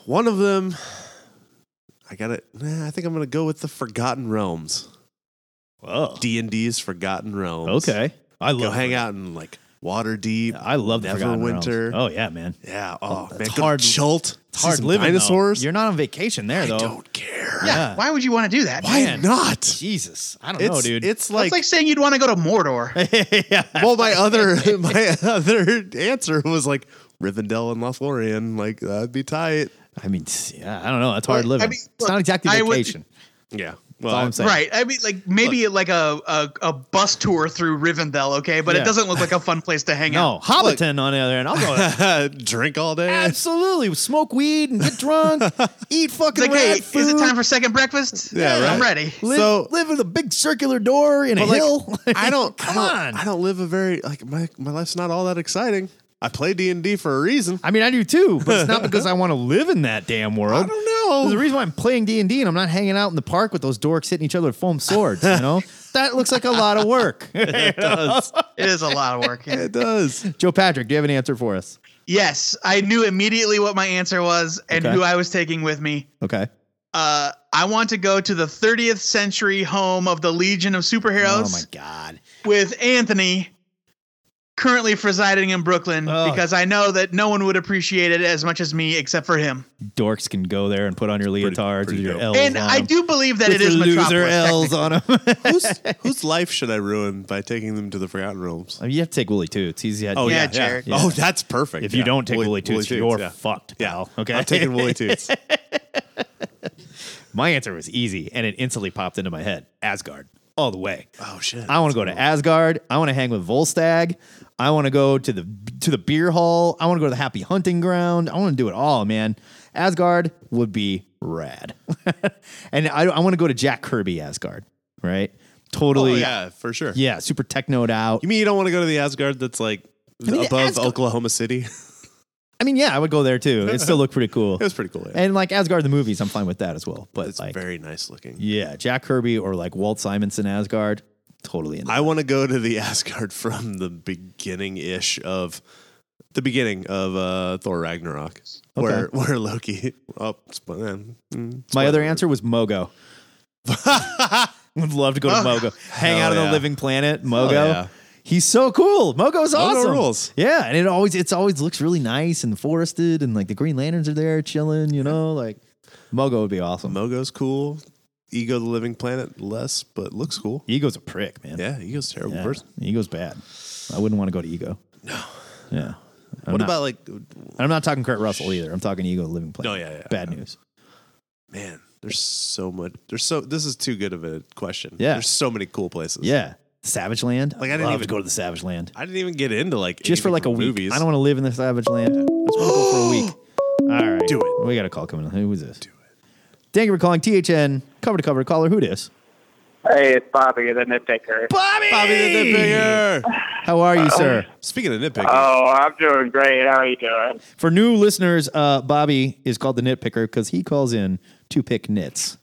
Speaker 6: one of them I got it. Nah, I think I'm going to go with the Forgotten Realms.
Speaker 4: Whoa.
Speaker 6: D&D's Forgotten Realms.
Speaker 4: Okay. I
Speaker 6: go
Speaker 4: love
Speaker 6: hang out in like Waterdeep.
Speaker 4: I love the Forgotten Realms.
Speaker 6: Neverwinter.
Speaker 4: Oh yeah, man.
Speaker 6: Yeah. Oh, man.
Speaker 4: It's
Speaker 6: go to
Speaker 4: hard.
Speaker 6: Chult.
Speaker 4: It's
Speaker 6: see
Speaker 4: hard
Speaker 6: some
Speaker 4: living. though.
Speaker 6: Dinosaurs.
Speaker 4: You're not on vacation there though. I
Speaker 6: don't care.
Speaker 5: yeah, Why would you want to do that?
Speaker 6: Why not?
Speaker 4: Jesus, I
Speaker 5: don't
Speaker 6: It's- It's like
Speaker 5: That's like saying you'd want to go to
Speaker 4: Mordor.
Speaker 6: well, my other my other answer was like Rivendell and Lothlorien. Like that'd be tight.
Speaker 4: I mean, yeah, I don't know. That's hard living.
Speaker 5: mean,
Speaker 4: it's not
Speaker 5: look,
Speaker 4: exactly
Speaker 5: I would-
Speaker 4: vacation.
Speaker 6: yeah.
Speaker 4: That's all I'm saying.
Speaker 5: Right. I mean, like maybe like a, a a bus tour through Rivendell, okay, but
Speaker 4: Yeah.
Speaker 5: it doesn't look like a fun place to hang
Speaker 4: No,
Speaker 5: out.
Speaker 4: Hobbiton on the other end. I'll go
Speaker 6: drink all day.
Speaker 4: Absolutely, smoke weed and get drunk, eat fucking
Speaker 5: It's like,
Speaker 4: rat
Speaker 5: hey, is it
Speaker 4: food.
Speaker 5: time for second breakfast?
Speaker 4: Yeah,
Speaker 5: I'm
Speaker 4: right.
Speaker 5: ready.
Speaker 4: Live, live in a big circular door in a
Speaker 6: But, like,
Speaker 4: hill.
Speaker 6: I don't.
Speaker 4: Come
Speaker 6: I don't,
Speaker 4: on.
Speaker 6: I don't live a very like my my life's not all that exciting. I play D and D for a reason.
Speaker 4: I mean, I do too, but it's not because I want to live in that damn world. I don't
Speaker 6: know.
Speaker 4: There's a reason why I'm playing D and D and I'm not hanging out in the park with those dorks hitting each other with foam swords. You know, that looks like a lot of work.
Speaker 5: It does. It is a lot of work. yeah.
Speaker 6: It does.
Speaker 4: Joe Patrick, do you have an answer for us?
Speaker 5: Yes, I knew immediately what my answer was and
Speaker 4: Okay.
Speaker 5: who I was taking with me.
Speaker 4: Okay.
Speaker 5: Uh, I want to go to the 30th century home of the Legion of Superheroes.
Speaker 4: Oh my god.
Speaker 5: With Anthony currently presiding in Brooklyn
Speaker 4: Oh.
Speaker 5: because I know that no one would appreciate it as much as me except for him.
Speaker 4: Dorks can go there and put on your leotards with your L's
Speaker 5: and
Speaker 4: on
Speaker 5: I
Speaker 4: 'em.
Speaker 5: do believe that
Speaker 4: With
Speaker 5: it is
Speaker 4: your loser
Speaker 5: Metropolis.
Speaker 4: L's on them.
Speaker 6: whose whose life should I ruin by taking them to the Forgotten Realms?
Speaker 4: you have to take Wooly Toots. He's had
Speaker 6: Oh yeah, yeah, Oh, that's perfect.
Speaker 4: If you
Speaker 6: Yeah.
Speaker 4: don't take Wooly, Toots, you're
Speaker 6: yeah.
Speaker 4: fucked, pal. Okay.
Speaker 6: I'm taking Wooly Toots.
Speaker 4: My answer was easy, and it instantly popped into my head. Asgard, all the way.
Speaker 6: Oh shit!
Speaker 4: I want to go to Asgard. I want to hang with Volstagg. I want to go to the to the beer hall. I want to go to the Happy Hunting Ground. I want to do it all, man. Asgard would be rad, and I, I want to go to Jack Kirby Asgard. Right? Totally.
Speaker 6: Oh, yeah, for sure.
Speaker 4: Yeah, super technoed out.
Speaker 6: You mean you don't want to go to the Asgard that's like
Speaker 4: I mean, the
Speaker 6: above
Speaker 4: Asgard-
Speaker 6: Oklahoma City?
Speaker 4: I mean, yeah, I would go there too. It still looked pretty cool.
Speaker 6: It was pretty cool. Yeah.
Speaker 4: And like Asgard the movies, I'm fine with that as well. But
Speaker 6: it's
Speaker 4: like,
Speaker 6: very nice looking.
Speaker 4: yeah, Jack Kirby or like Walt Simonson Asgard, totally in.
Speaker 6: I want to go to the Asgard from the beginning ish of the beginning of uh, Thor Ragnarok, where
Speaker 4: Okay.
Speaker 6: where Loki. Oh, spo- man. Mm,
Speaker 4: My
Speaker 6: spoiler.
Speaker 4: other answer was Mogo. Would love to go to
Speaker 6: Mogo.
Speaker 4: Mogo. Hang
Speaker 6: Oh, Hell
Speaker 4: out on
Speaker 6: yeah.
Speaker 4: the living planet,
Speaker 6: Hell
Speaker 4: Mogo.
Speaker 6: yeah.
Speaker 4: He's so cool. Mogo's
Speaker 6: Mogo
Speaker 4: awesome.
Speaker 6: rules.
Speaker 4: Yeah, and it always it's always looks really nice and forested and like the Green Lanterns are there chilling, you know, like Mogo would be awesome.
Speaker 6: Mogo's cool. Ego, the living planet, less, but looks cool.
Speaker 4: Ego's a prick, man.
Speaker 6: Yeah, Ego's a terrible
Speaker 4: Yeah.
Speaker 6: person.
Speaker 4: Ego's bad. I wouldn't want to go to Ego. No. Yeah. I'm
Speaker 6: what
Speaker 4: not-
Speaker 6: about like,
Speaker 4: And I'm not talking Kurt Russell either. I'm talking Ego the Living Planet.
Speaker 6: No, Oh, yeah, yeah,
Speaker 4: Bad news.
Speaker 6: man? There's so much. There's so. This is too good of a question.
Speaker 4: Yeah.
Speaker 6: There's so many cool places.
Speaker 4: Yeah. Savage Land.
Speaker 6: Like, I didn't
Speaker 4: Love
Speaker 6: even-
Speaker 4: to go to the Savage Land.
Speaker 6: I didn't even get into like
Speaker 4: Just for
Speaker 6: anything
Speaker 4: like a
Speaker 6: from
Speaker 4: week.
Speaker 6: Movies.
Speaker 4: I don't want to live in the Savage Land. I just want to go for a week. All right.
Speaker 6: Do it.
Speaker 4: We got a call coming. Who is this? Do it. Thank you for calling THN. Cover to cover caller. Who this?
Speaker 14: Hey, it's Bobby, the nitpicker.
Speaker 4: Bobby!
Speaker 6: Bobby the Nitpicker. Um,
Speaker 4: How are
Speaker 14: Uh,
Speaker 4: you, sir?
Speaker 6: Speaking of nitpicking,
Speaker 14: Oh, I'm doing great. How are you doing?
Speaker 4: For new listeners, uh, Bobby is called the nitpicker because he calls in to pick nits.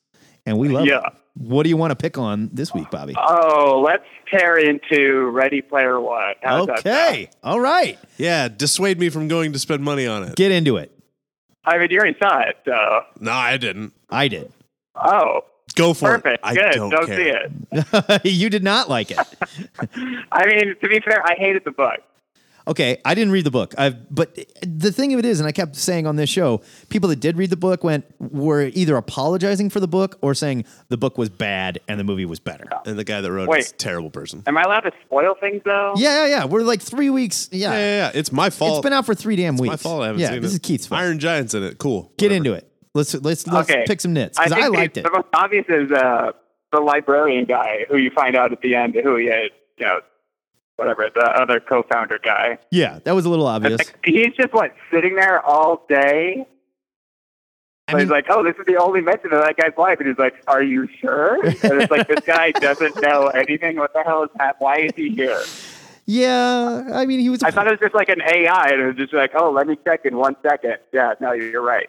Speaker 4: And we love
Speaker 14: Yeah.
Speaker 4: it. What do you want to pick on this week, Bobby?
Speaker 14: Oh, let's tear into Ready Player One. How's that sound?
Speaker 4: okay. All right.
Speaker 6: yeah, dissuade me from going to spend money on it.
Speaker 4: Get into it.
Speaker 14: I mean, you're inside, so.
Speaker 6: No, I didn't.
Speaker 4: I did.
Speaker 14: Oh,
Speaker 6: Go for
Speaker 14: perfect.
Speaker 6: it. I
Speaker 14: Good.
Speaker 6: don't, care.
Speaker 14: see it.
Speaker 6: Uh,
Speaker 4: you did not like it.
Speaker 14: I mean, to be fair, I hated the book.
Speaker 4: Okay, I didn't read the book. I've, but the thing of it is, and I kept saying on this show, people that did read the book went were either apologizing for the book or saying the book was bad and the movie was better.
Speaker 6: And the guy that wrote
Speaker 14: Wait.
Speaker 6: it's a terrible person.
Speaker 14: Am I allowed to spoil things, though?
Speaker 4: Yeah, yeah, yeah. We're like three weeks. Yeah,
Speaker 6: Oh. Yeah, yeah, yeah. It's my fault.
Speaker 4: it's been out for three damn
Speaker 6: It's
Speaker 4: weeks.
Speaker 6: my fault. I haven't
Speaker 4: yeah,
Speaker 6: seen it.
Speaker 4: this is Keith's fault.
Speaker 6: Iron Giant's in it. Cool.
Speaker 4: Get into it. Let's let's, let's
Speaker 14: Okay.
Speaker 4: pick some nits because
Speaker 14: think
Speaker 4: I,
Speaker 14: the-
Speaker 4: liked it.
Speaker 14: The most obvious is uh, the librarian guy, who you find out at the end who he is. You know, whatever, the other co founder guy.
Speaker 4: Yeah, that was a little obvious.
Speaker 14: Like, he's just what sitting there all day.
Speaker 4: I
Speaker 14: So
Speaker 4: mean,
Speaker 14: he's like, "Oh, this is the only mention of that guy's life," and he's like, "Are you sure?" And it's like this guy doesn't know anything. What the hell is that? Why is he here?
Speaker 4: yeah, I mean, he was. a
Speaker 14: I thought it was just like an AI, and it was just like, "Oh, let me check in one second. Yeah, no, you're right.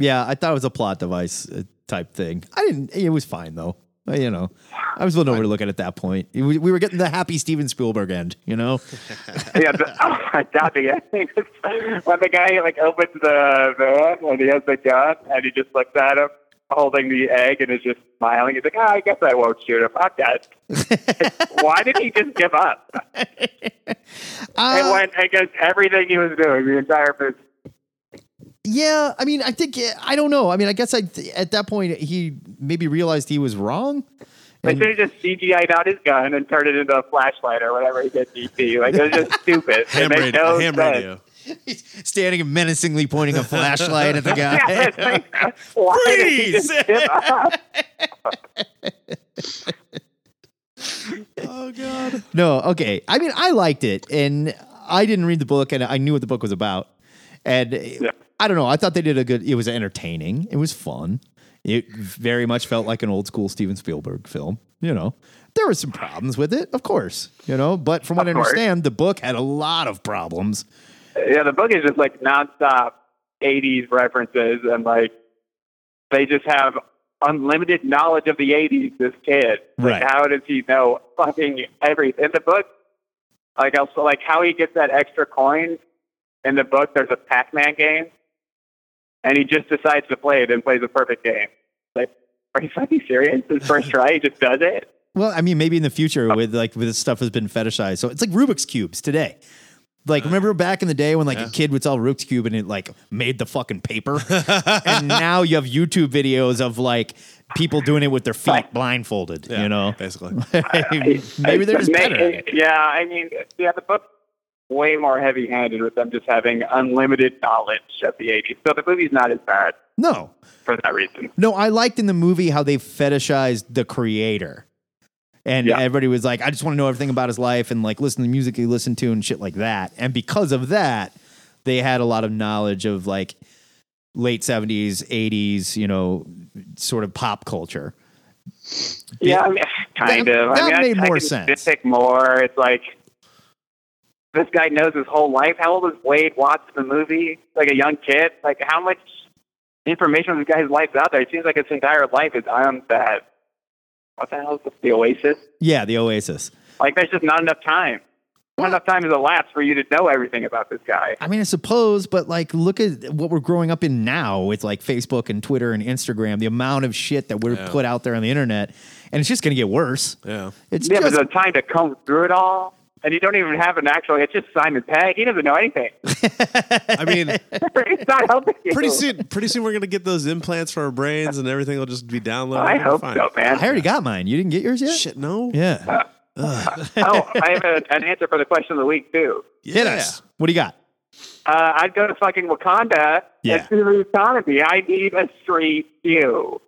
Speaker 4: Yeah, I thought it was a plot device uh, type thing. I didn't. It was fine though. Uh, You know, I was willing to overlook it at that point. We, we were getting the happy Steven Spielberg end. You know,
Speaker 14: Yeah, the, oh, I doubt the ending. when the guy like opens the van and he has the gun, and he just looks at him holding the egg, and is just smiling. He's like, "Oh, I guess I won't shoot him. I'm dead." Why did he just give up?
Speaker 4: Uh,
Speaker 14: it went against everything he was doing the entire business.
Speaker 4: yeah. I mean, I think uh, I don't know. I mean, I guess I at that point he maybe realized he was wrong.
Speaker 14: They
Speaker 4: And-
Speaker 14: should have just CGI'd out his gun and turned it into a flashlight or whatever he did in DC. Like, it was just stupid. it
Speaker 6: Ham,
Speaker 14: made
Speaker 6: radio,
Speaker 14: no
Speaker 6: ham
Speaker 14: sense.
Speaker 6: radio.
Speaker 4: Standing and menacingly pointing a flashlight at the
Speaker 14: Yeah,
Speaker 4: guy.
Speaker 14: it's like, why did he
Speaker 4: Freeze!
Speaker 14: just give up?
Speaker 6: oh god.
Speaker 4: No, okay. I mean, I liked it, and I didn't read the book, and I knew what the book was about, and I don't know. I thought they did a good. It was entertaining. It was fun. It very much felt like an old school Steven Spielberg film. You know, there were some problems with it, of course. You know, but from what I
Speaker 14: Of course.
Speaker 4: understand, the book had a lot of problems.
Speaker 14: Yeah, the book is just like nonstop 80s references, and like they just have unlimited knowledge of the 80s. This kid,
Speaker 4: Right.
Speaker 14: like, how does he know fucking everything in the book? Like, also, like how he gets that extra coin in the book. There's a Pac-Man game, and he just decides to play it and plays a perfect game. Like, are you fucking serious? His first try, he just does it.
Speaker 4: Well, I mean, maybe in the future with like with this stuff has been fetishized. So it's like Rubik's cubes today. Like remember back in the day when like a kid would sell Rubik's cube and it like made the fucking paper, and now you have YouTube videos of like people doing it with their feet blindfolded. you know,
Speaker 6: basically.
Speaker 4: maybe they're just
Speaker 14: Ma-
Speaker 4: better. at it.
Speaker 14: Yeah, I mean, yeah, the book's way more heavy-handed with them just having unlimited knowledge of the 80s. So the movie's not as bad
Speaker 4: No,
Speaker 14: for that reason.
Speaker 4: no, I liked in the movie how they fetishized the creator, and
Speaker 14: Yeah.
Speaker 4: everybody was like, I just want to know everything about his life and like listen to the music he listened to and shit like that. And because of that, they had a lot of knowledge of like late seventies, eighties, you know, sort of pop culture.
Speaker 14: Yeah, I mean, kind
Speaker 4: That-
Speaker 14: of.
Speaker 4: that
Speaker 14: I mean, I-
Speaker 4: made
Speaker 14: I,
Speaker 4: more
Speaker 14: can
Speaker 4: sense.
Speaker 14: Pick more. It's like this guy knows his whole life. How old is Wade Watts in the movie? Like a young kid. Like how much information on this guy's life is out there? It seems like his entire life is on that. What the hell is this, the Oasis?
Speaker 4: Yeah, the Oasis.
Speaker 14: Like there's just not enough time. Not enough time has elapsed for you to know everything about this guy.
Speaker 4: I mean, I suppose, but like, look at what we're growing up in now with like Facebook and Twitter and Instagram. The amount of shit that we're
Speaker 14: Yeah.
Speaker 4: put out there on the internet, and it's just going to get worse.
Speaker 6: Yeah,
Speaker 4: it's
Speaker 14: yeah,
Speaker 4: just
Speaker 14: but the time to comb through it all, and you don't even have an actual. It's just Simon Pegg. He doesn't know anything.
Speaker 6: I mean,
Speaker 14: it's not helping. you.
Speaker 6: pretty soon, pretty soon we're gonna get those implants for our brains, and everything will just be downloaded.
Speaker 14: I
Speaker 6: It'll be
Speaker 14: hope
Speaker 6: fine.
Speaker 14: so, man. Uh,
Speaker 4: I already got mine. You didn't get yours yet? Shit,
Speaker 6: no.
Speaker 4: Yeah.
Speaker 14: oh, I have a, an answer for the question of the week too.
Speaker 4: Hit us. What do you got?
Speaker 14: Uh, I'd go to fucking Wakanda
Speaker 4: Yeah.
Speaker 14: and see the economy. I need a street view.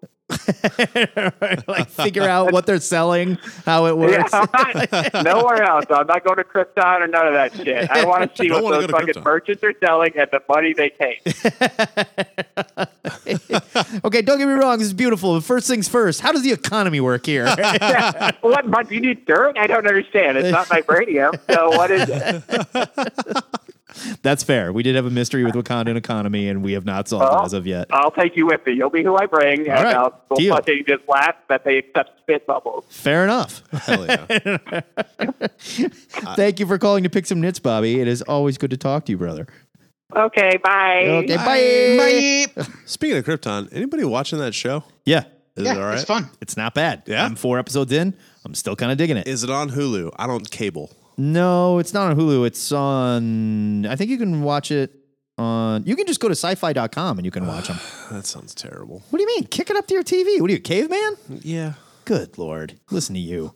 Speaker 4: like, figure out what they're selling, how it works.
Speaker 14: Yeah, I'm not- nowhere else. I'm not going to Krypton or none of that shit. I want to see
Speaker 4: Don't
Speaker 14: what those
Speaker 4: wanna go to
Speaker 14: fucking
Speaker 4: Krypton.
Speaker 14: merchants are selling and the money they take.
Speaker 4: okay, don't get me wrong. This is beautiful. But first things first, how does the economy work here?
Speaker 14: what money? Do you need dirt? I don't understand. It's not vibranium. So what is it?
Speaker 4: That's fair. We did have a mystery with Wakandan economy, and we have not solved it as of yet.
Speaker 14: I'll take you with me. You'll be who I bring,
Speaker 4: All
Speaker 14: and
Speaker 4: right.
Speaker 14: I'll we'll
Speaker 4: Deal.
Speaker 14: fucking just laugh that they accept spit bubbles.
Speaker 4: Fair enough. Hell yeah. Thank you for calling to pick some nits, Bobby. It is always good to talk to you, brother.
Speaker 14: Okay, bye.
Speaker 4: Okay, bye.
Speaker 6: Speaking of Krypton, anybody watching that show?
Speaker 4: Yeah.
Speaker 6: Is
Speaker 4: Yeah,
Speaker 6: it all right?
Speaker 4: it's fun. It's not bad. Yeah. I'm four episodes in. I'm still kind of digging it.
Speaker 6: Is it on Hulu? I don't cable.
Speaker 4: No, it's not on Hulu. It's on, I think you can watch it on, you can just go to sci fi.com and you can watch them.
Speaker 6: That sounds terrible.
Speaker 4: What do you mean? Kick it up to your TV? What are you, a caveman?
Speaker 6: Yeah.
Speaker 4: Good Lord. Listen to you.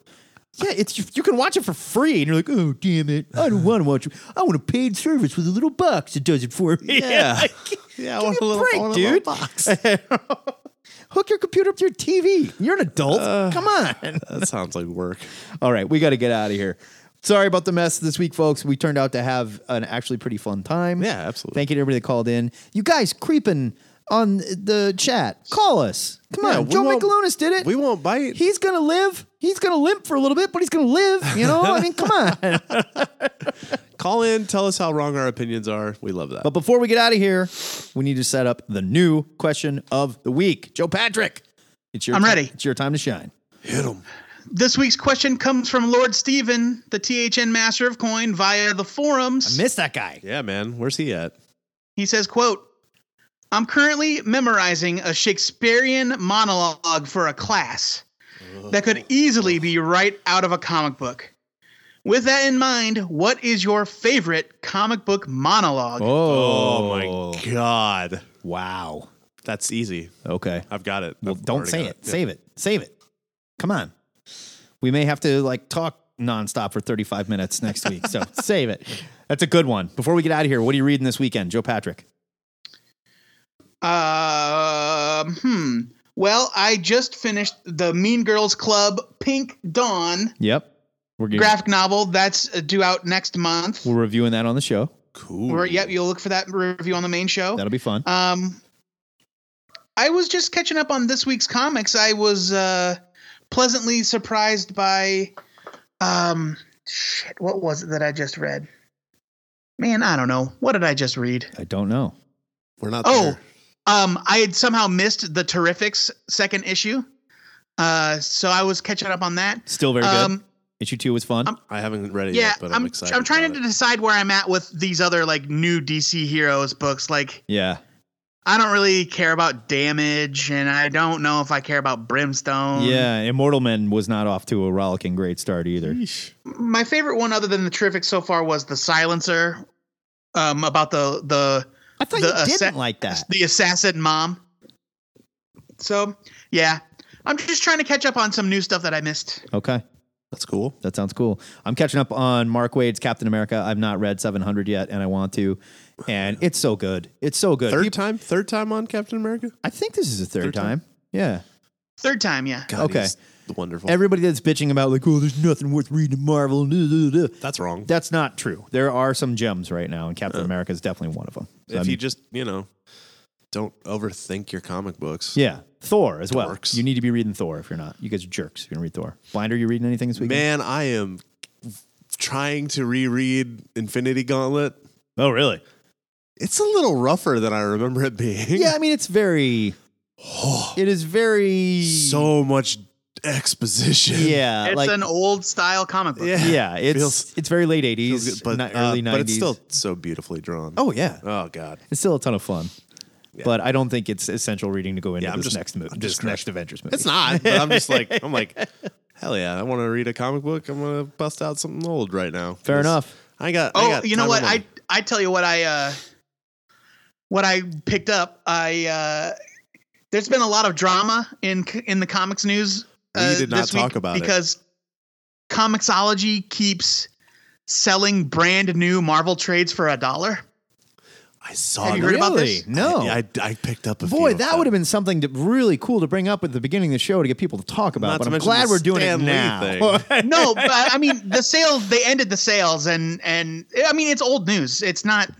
Speaker 4: Yeah, it's you, you can watch it for free, and you're like, oh damn it, I
Speaker 6: Uh-huh.
Speaker 4: don't want to watch it. I want a paid service with a little box that does it for me.
Speaker 6: Yeah.
Speaker 4: Like,
Speaker 6: Yeah, I
Speaker 4: give me
Speaker 6: want a
Speaker 4: a
Speaker 6: little- I
Speaker 4: break,
Speaker 6: want a little
Speaker 4: dude. Hook your computer up to your TV. You're an adult. Come on.
Speaker 6: Uh, That sounds like work.
Speaker 4: All right, we got to get out of here. Sorry about the mess this week, folks. We turned out to have an actually pretty fun time. Yeah,
Speaker 6: absolutely.
Speaker 4: Thank you to everybody that called in. You guys creeping on the chat. Call us. Come
Speaker 6: Yeah,
Speaker 4: on.
Speaker 6: we
Speaker 4: Joe
Speaker 6: won't-
Speaker 4: McAlunas did it.
Speaker 6: We won't bite.
Speaker 4: He's going to live. He's going to limp for a little bit, but he's going to live. You know, I mean, come on.
Speaker 6: Call in, tell us how wrong our opinions are. We love that.
Speaker 4: But before we get out of here, we need to set up the new question of the week. Joe Patrick, it's your
Speaker 5: I'm
Speaker 4: ti-
Speaker 5: ready.
Speaker 4: It's your time to shine.
Speaker 5: This week's question comes from Lord Steven, the THN master of coin, via the forums.
Speaker 4: I miss that guy.
Speaker 6: Yeah, man. Where's he at?
Speaker 5: He says, quote, I'm currently memorizing a Shakespearean monologue for a class that could easily be right out of a comic book. With that in mind, what is your favorite comic book monologue?
Speaker 6: Oh, my God.
Speaker 4: Wow.
Speaker 6: That's easy.
Speaker 4: Okay.
Speaker 6: I've got it.
Speaker 4: Well,
Speaker 6: I've
Speaker 4: don't
Speaker 6: already
Speaker 4: say
Speaker 6: got
Speaker 4: it. Save it. Save it. Come on. We may have to like talk nonstop for 35 minutes next week. So save it. That's a good one. Before we get out of here, what are you reading this weekend, Joe Patrick?
Speaker 5: Um, hmm. Well, I just finished the Mean Girls Club Pink Dawn
Speaker 4: Yep. We're getting,
Speaker 5: graphic novel. That's uh, due out next month.
Speaker 4: We're reviewing that on the show. Cool.
Speaker 5: Where, yep, you'll look for that review on the main show.
Speaker 4: That'll be fun.
Speaker 5: Um, I was just catching up on this week's comics. I was uh, pleasantly surprised by, um, shit, what was it that I just read? Man, I don't know. What did I just read?
Speaker 4: I don't know.
Speaker 6: We're not.
Speaker 5: Oh, um, I had somehow missed the Terrifics second issue. Uh, so I was catching up on that.
Speaker 4: Still very
Speaker 5: Um,
Speaker 4: good. Issue two was fun.
Speaker 6: I haven't read
Speaker 5: yeah, I'm, I'm, trying to decide where I'm at with these other like new DC heroes books. Like
Speaker 4: Yeah.
Speaker 5: I don't really care about damage, and I don't know if I care about brimstone.
Speaker 4: Yeah. Immortal Men was not off to a rollicking great start either.
Speaker 5: My favorite one, other than the Terrific, so far was the Silencer. Um, about the the I
Speaker 4: thought you didn't like that.
Speaker 5: the assassin mom. So yeah, I'm just trying to catch up on some new stuff that I missed.
Speaker 4: Okay.
Speaker 6: That's cool.
Speaker 4: That sounds cool. I'm catching up on Mark Wade's Captain America. I've not read 700 yet, and I want to. And it's so good. It's so good.
Speaker 6: Third
Speaker 4: People-
Speaker 6: time, third time on Captain America.
Speaker 4: I think this is the third, time. Yeah.
Speaker 5: Third time, yeah.
Speaker 6: God,
Speaker 4: okay.
Speaker 6: he's wonderful.
Speaker 4: Everybody that's bitching about like, oh, there's nothing worth reading in Marvel.
Speaker 6: That's wrong. Uh,
Speaker 4: That's not true. There are some gems right now, and Captain America is definitely one of them. So,
Speaker 6: if
Speaker 4: I
Speaker 6: you
Speaker 4: mean,
Speaker 6: just you know, don't overthink your comic books.
Speaker 4: yeah, Thor as well. You need to be reading Thor if you're not. You guys are jerks. If you're gonna read Thor. Blinder, you reading anything this weekend?
Speaker 6: Man, I am trying to reread Infinity Gauntlet.
Speaker 4: Oh, really?
Speaker 6: It's a little rougher than I remember it being.
Speaker 4: Yeah, I mean it's very. it is very
Speaker 6: so much exposition.
Speaker 4: Yeah,
Speaker 5: It's
Speaker 4: like
Speaker 5: an old style comic book.
Speaker 4: yeah, it's it's very late
Speaker 6: Feels
Speaker 4: '80s,
Speaker 6: good, but,
Speaker 4: ni-
Speaker 6: uh,
Speaker 4: early '90s.
Speaker 6: but it's still so beautifully drawn.
Speaker 4: Oh, yeah.
Speaker 6: Oh god.
Speaker 4: It's still a ton of fun. But I don't think it's essential reading to go into
Speaker 6: Yeah, I'm
Speaker 4: this
Speaker 6: just-
Speaker 4: next movie,
Speaker 6: I'm
Speaker 4: this
Speaker 6: just
Speaker 4: next
Speaker 6: crushed.
Speaker 4: Avengers movie.
Speaker 6: It's not. But I'm just like I'm like, hell yeah! I want to read a comic book. I'm gonna bust out something old right now.
Speaker 4: Fair
Speaker 6: 'Cause
Speaker 4: enough.
Speaker 6: I got. I
Speaker 5: Oh,
Speaker 6: got
Speaker 5: you know
Speaker 6: time
Speaker 5: what?
Speaker 6: and money.
Speaker 5: I I tell you what I uh what I picked up. I uh there's been a lot of drama in c- in the comics news.
Speaker 6: We
Speaker 5: uh,
Speaker 6: did not
Speaker 5: this week
Speaker 6: talk about it.
Speaker 5: because Comixology keeps selling brand new Marvel trades for a dollar.
Speaker 6: I saw.
Speaker 5: Have you heard about this?
Speaker 4: No.
Speaker 6: I, I, I picked up a
Speaker 4: Boy,
Speaker 6: few of
Speaker 4: that
Speaker 6: them.
Speaker 4: would have been something to, really cool to bring up at the beginning of the show to get people to talk about.
Speaker 6: Not
Speaker 4: but
Speaker 6: to
Speaker 4: I'm
Speaker 6: mention
Speaker 4: glad
Speaker 6: the
Speaker 4: we're doing
Speaker 6: Stan
Speaker 4: it
Speaker 6: Lee
Speaker 4: now.
Speaker 5: no, but I mean the sales. They ended the sales, and and I mean it's old news. It's not.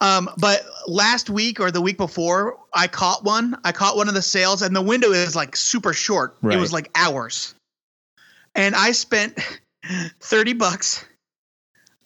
Speaker 5: Um, but last week or the week before, I caught one. I caught one of the sales, and the window is like super short. It
Speaker 15: Right.
Speaker 5: was like hours, and I spent thirty bucks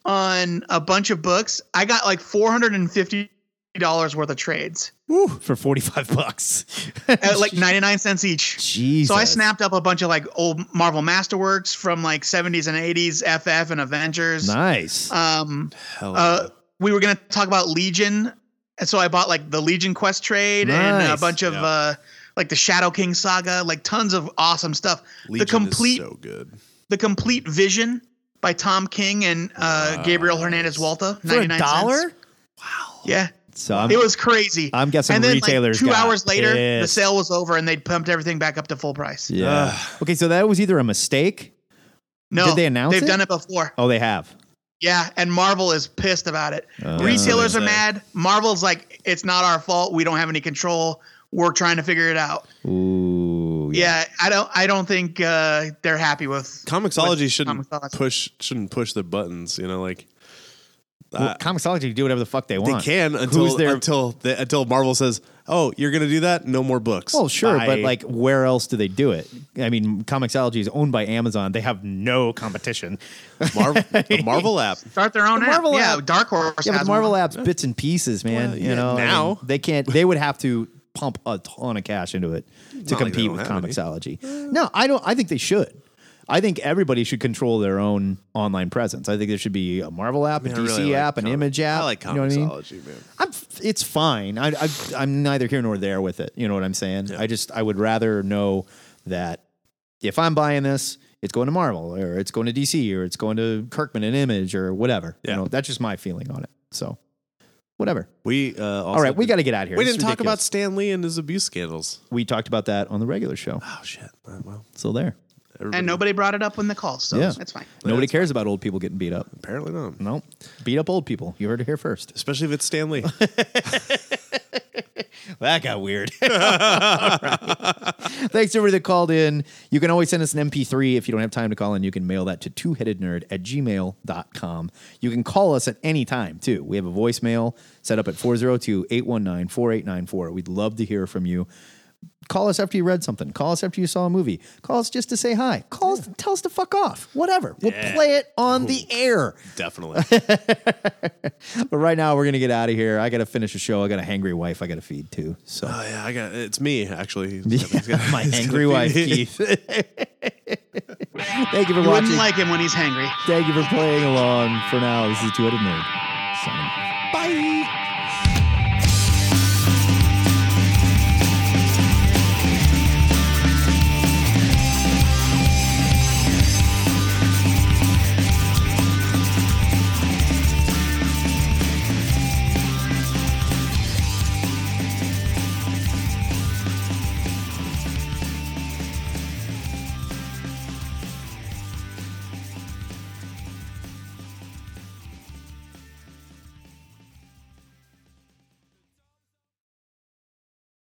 Speaker 5: on a bunch of books. I got like four hundred and fifty dollars worth of trades
Speaker 4: for 45 bucks.
Speaker 5: at like 99 cents each.
Speaker 4: Jesus.
Speaker 5: So I snapped up a bunch of like old Marvel Masterworks from like 70s and 80s, FF and Avengers.
Speaker 4: Nice.
Speaker 5: Um,
Speaker 6: Hell
Speaker 5: uh, we were going to talk about Legion. And so I bought like the Legion Quest trade and a
Speaker 6: Nice.
Speaker 5: bunch of
Speaker 6: Yeah.
Speaker 5: uh, like the Shadow King saga, like tons of awesome stuff.
Speaker 6: Legion
Speaker 5: the complete
Speaker 6: is so good.
Speaker 5: the complete vision by Tom King and uh, Gabriel Hernandez Walta.
Speaker 4: For a dollar?
Speaker 5: Wow. Yeah.
Speaker 4: So I'm-
Speaker 5: it was crazy.
Speaker 4: I'm guessing
Speaker 5: and then, like,
Speaker 4: retailers
Speaker 5: two
Speaker 4: got
Speaker 5: hours later, the
Speaker 4: pissed.
Speaker 5: sale was over and they pumped everything back up to full price.
Speaker 4: Yeah. okay, so that was either a mistake.
Speaker 5: No,
Speaker 4: Did they announce
Speaker 5: They've
Speaker 4: it?
Speaker 5: done it before.
Speaker 4: Oh, they have.
Speaker 5: Yeah, and Marvel is pissed about it.
Speaker 4: Oh.
Speaker 5: Retailers
Speaker 4: Yeah,
Speaker 5: are
Speaker 4: they say.
Speaker 5: mad. Marvel's like, it's not our fault. We don't have any control. We're trying to figure it out.
Speaker 4: Ooh.
Speaker 5: Yeah, I don't. I don't think uh, they're happy with.
Speaker 6: Comixology
Speaker 5: with
Speaker 6: shouldn't
Speaker 5: Comixology.
Speaker 6: push shouldn't push their buttons. You know, like
Speaker 4: Well, Comixology can do whatever the fuck they
Speaker 6: they
Speaker 4: want.
Speaker 6: can
Speaker 4: Who's
Speaker 6: until
Speaker 4: their-
Speaker 6: until they, until Marvel says, "Oh, you're gonna do that? No more books."
Speaker 4: Well, sure, but
Speaker 6: Bye.
Speaker 4: like, where else do they do it? I mean, Comixology is owned by Amazon. They have no competition.
Speaker 6: Marvel, the Marvel app.
Speaker 5: Start their own
Speaker 4: The
Speaker 5: app.
Speaker 4: Marvel
Speaker 5: yeah,
Speaker 4: app.
Speaker 5: Dark Horse.
Speaker 4: Yeah, but
Speaker 5: has
Speaker 4: the Marvel
Speaker 5: one.
Speaker 4: app's bits and pieces, man. you
Speaker 5: yeah,
Speaker 4: know, I mean,
Speaker 5: now.
Speaker 4: they can't. They would have to pump a ton of cash into it to
Speaker 6: Not like they
Speaker 4: compete
Speaker 6: don't
Speaker 4: with
Speaker 6: have any.
Speaker 4: Comixology. No, I don't. I think they should. I think everybody should control their own online presence. I think there should be a Marvel app,
Speaker 6: I
Speaker 4: a DC
Speaker 6: really like
Speaker 4: app, an Image app.
Speaker 6: I like
Speaker 4: you know what I
Speaker 6: Comixology,
Speaker 4: mean?
Speaker 6: man.
Speaker 4: I'm, f- it's fine. I, I, I'm neither here nor there with it. You know what I'm saying? I just, I would rather know that if I'm buying this, it's going to Marvel or it's going to DC or it's going to Kirkman and Image or whatever. You know, that's just my feeling on it. So, whatever.
Speaker 6: We uh, also
Speaker 4: All right, we got to get out of here.
Speaker 6: We
Speaker 4: This is
Speaker 6: didn't talk about
Speaker 4: ridiculous.
Speaker 6: Stan Lee and his abuse scandals.
Speaker 4: We talked about that on the regular show.
Speaker 6: Oh shit! Uh, well,
Speaker 4: So there.
Speaker 5: and nobody brought it up when the call, so that's fine.
Speaker 4: Nobody cares about old people getting beat up.
Speaker 6: Apparently not.
Speaker 4: No, beat up old people. You heard it here first.
Speaker 6: Especially if it's Stan Lee.
Speaker 4: that got weird. All right. Thanks everybody that called in. You can always send us an MP3 if you don't have time to call in. You can mail that to twoheadednerd at gmail.com. You can call us at any time, too. We have a voicemail set up at 402 819 4894. We'd love to hear from you. Call us after you read something. Call us after you saw a movie. Call us just to say hi. Call us, tell us to fuck off. Whatever. We'll
Speaker 6: Yeah.
Speaker 4: play it on the air.
Speaker 6: Definitely.
Speaker 4: But right now, we're going to get out of here. I got to finish the show. I got a hangry wife I got to feed, too. So.
Speaker 6: Oh yeah, I got it's me actually.
Speaker 4: my angry wife, Keith. Thank you for
Speaker 5: You
Speaker 4: watching.
Speaker 5: wouldn't like him when he's hangry.
Speaker 4: Thank you for playing along. For now, this is Two Headed Nerd. Signing off.
Speaker 5: Bye.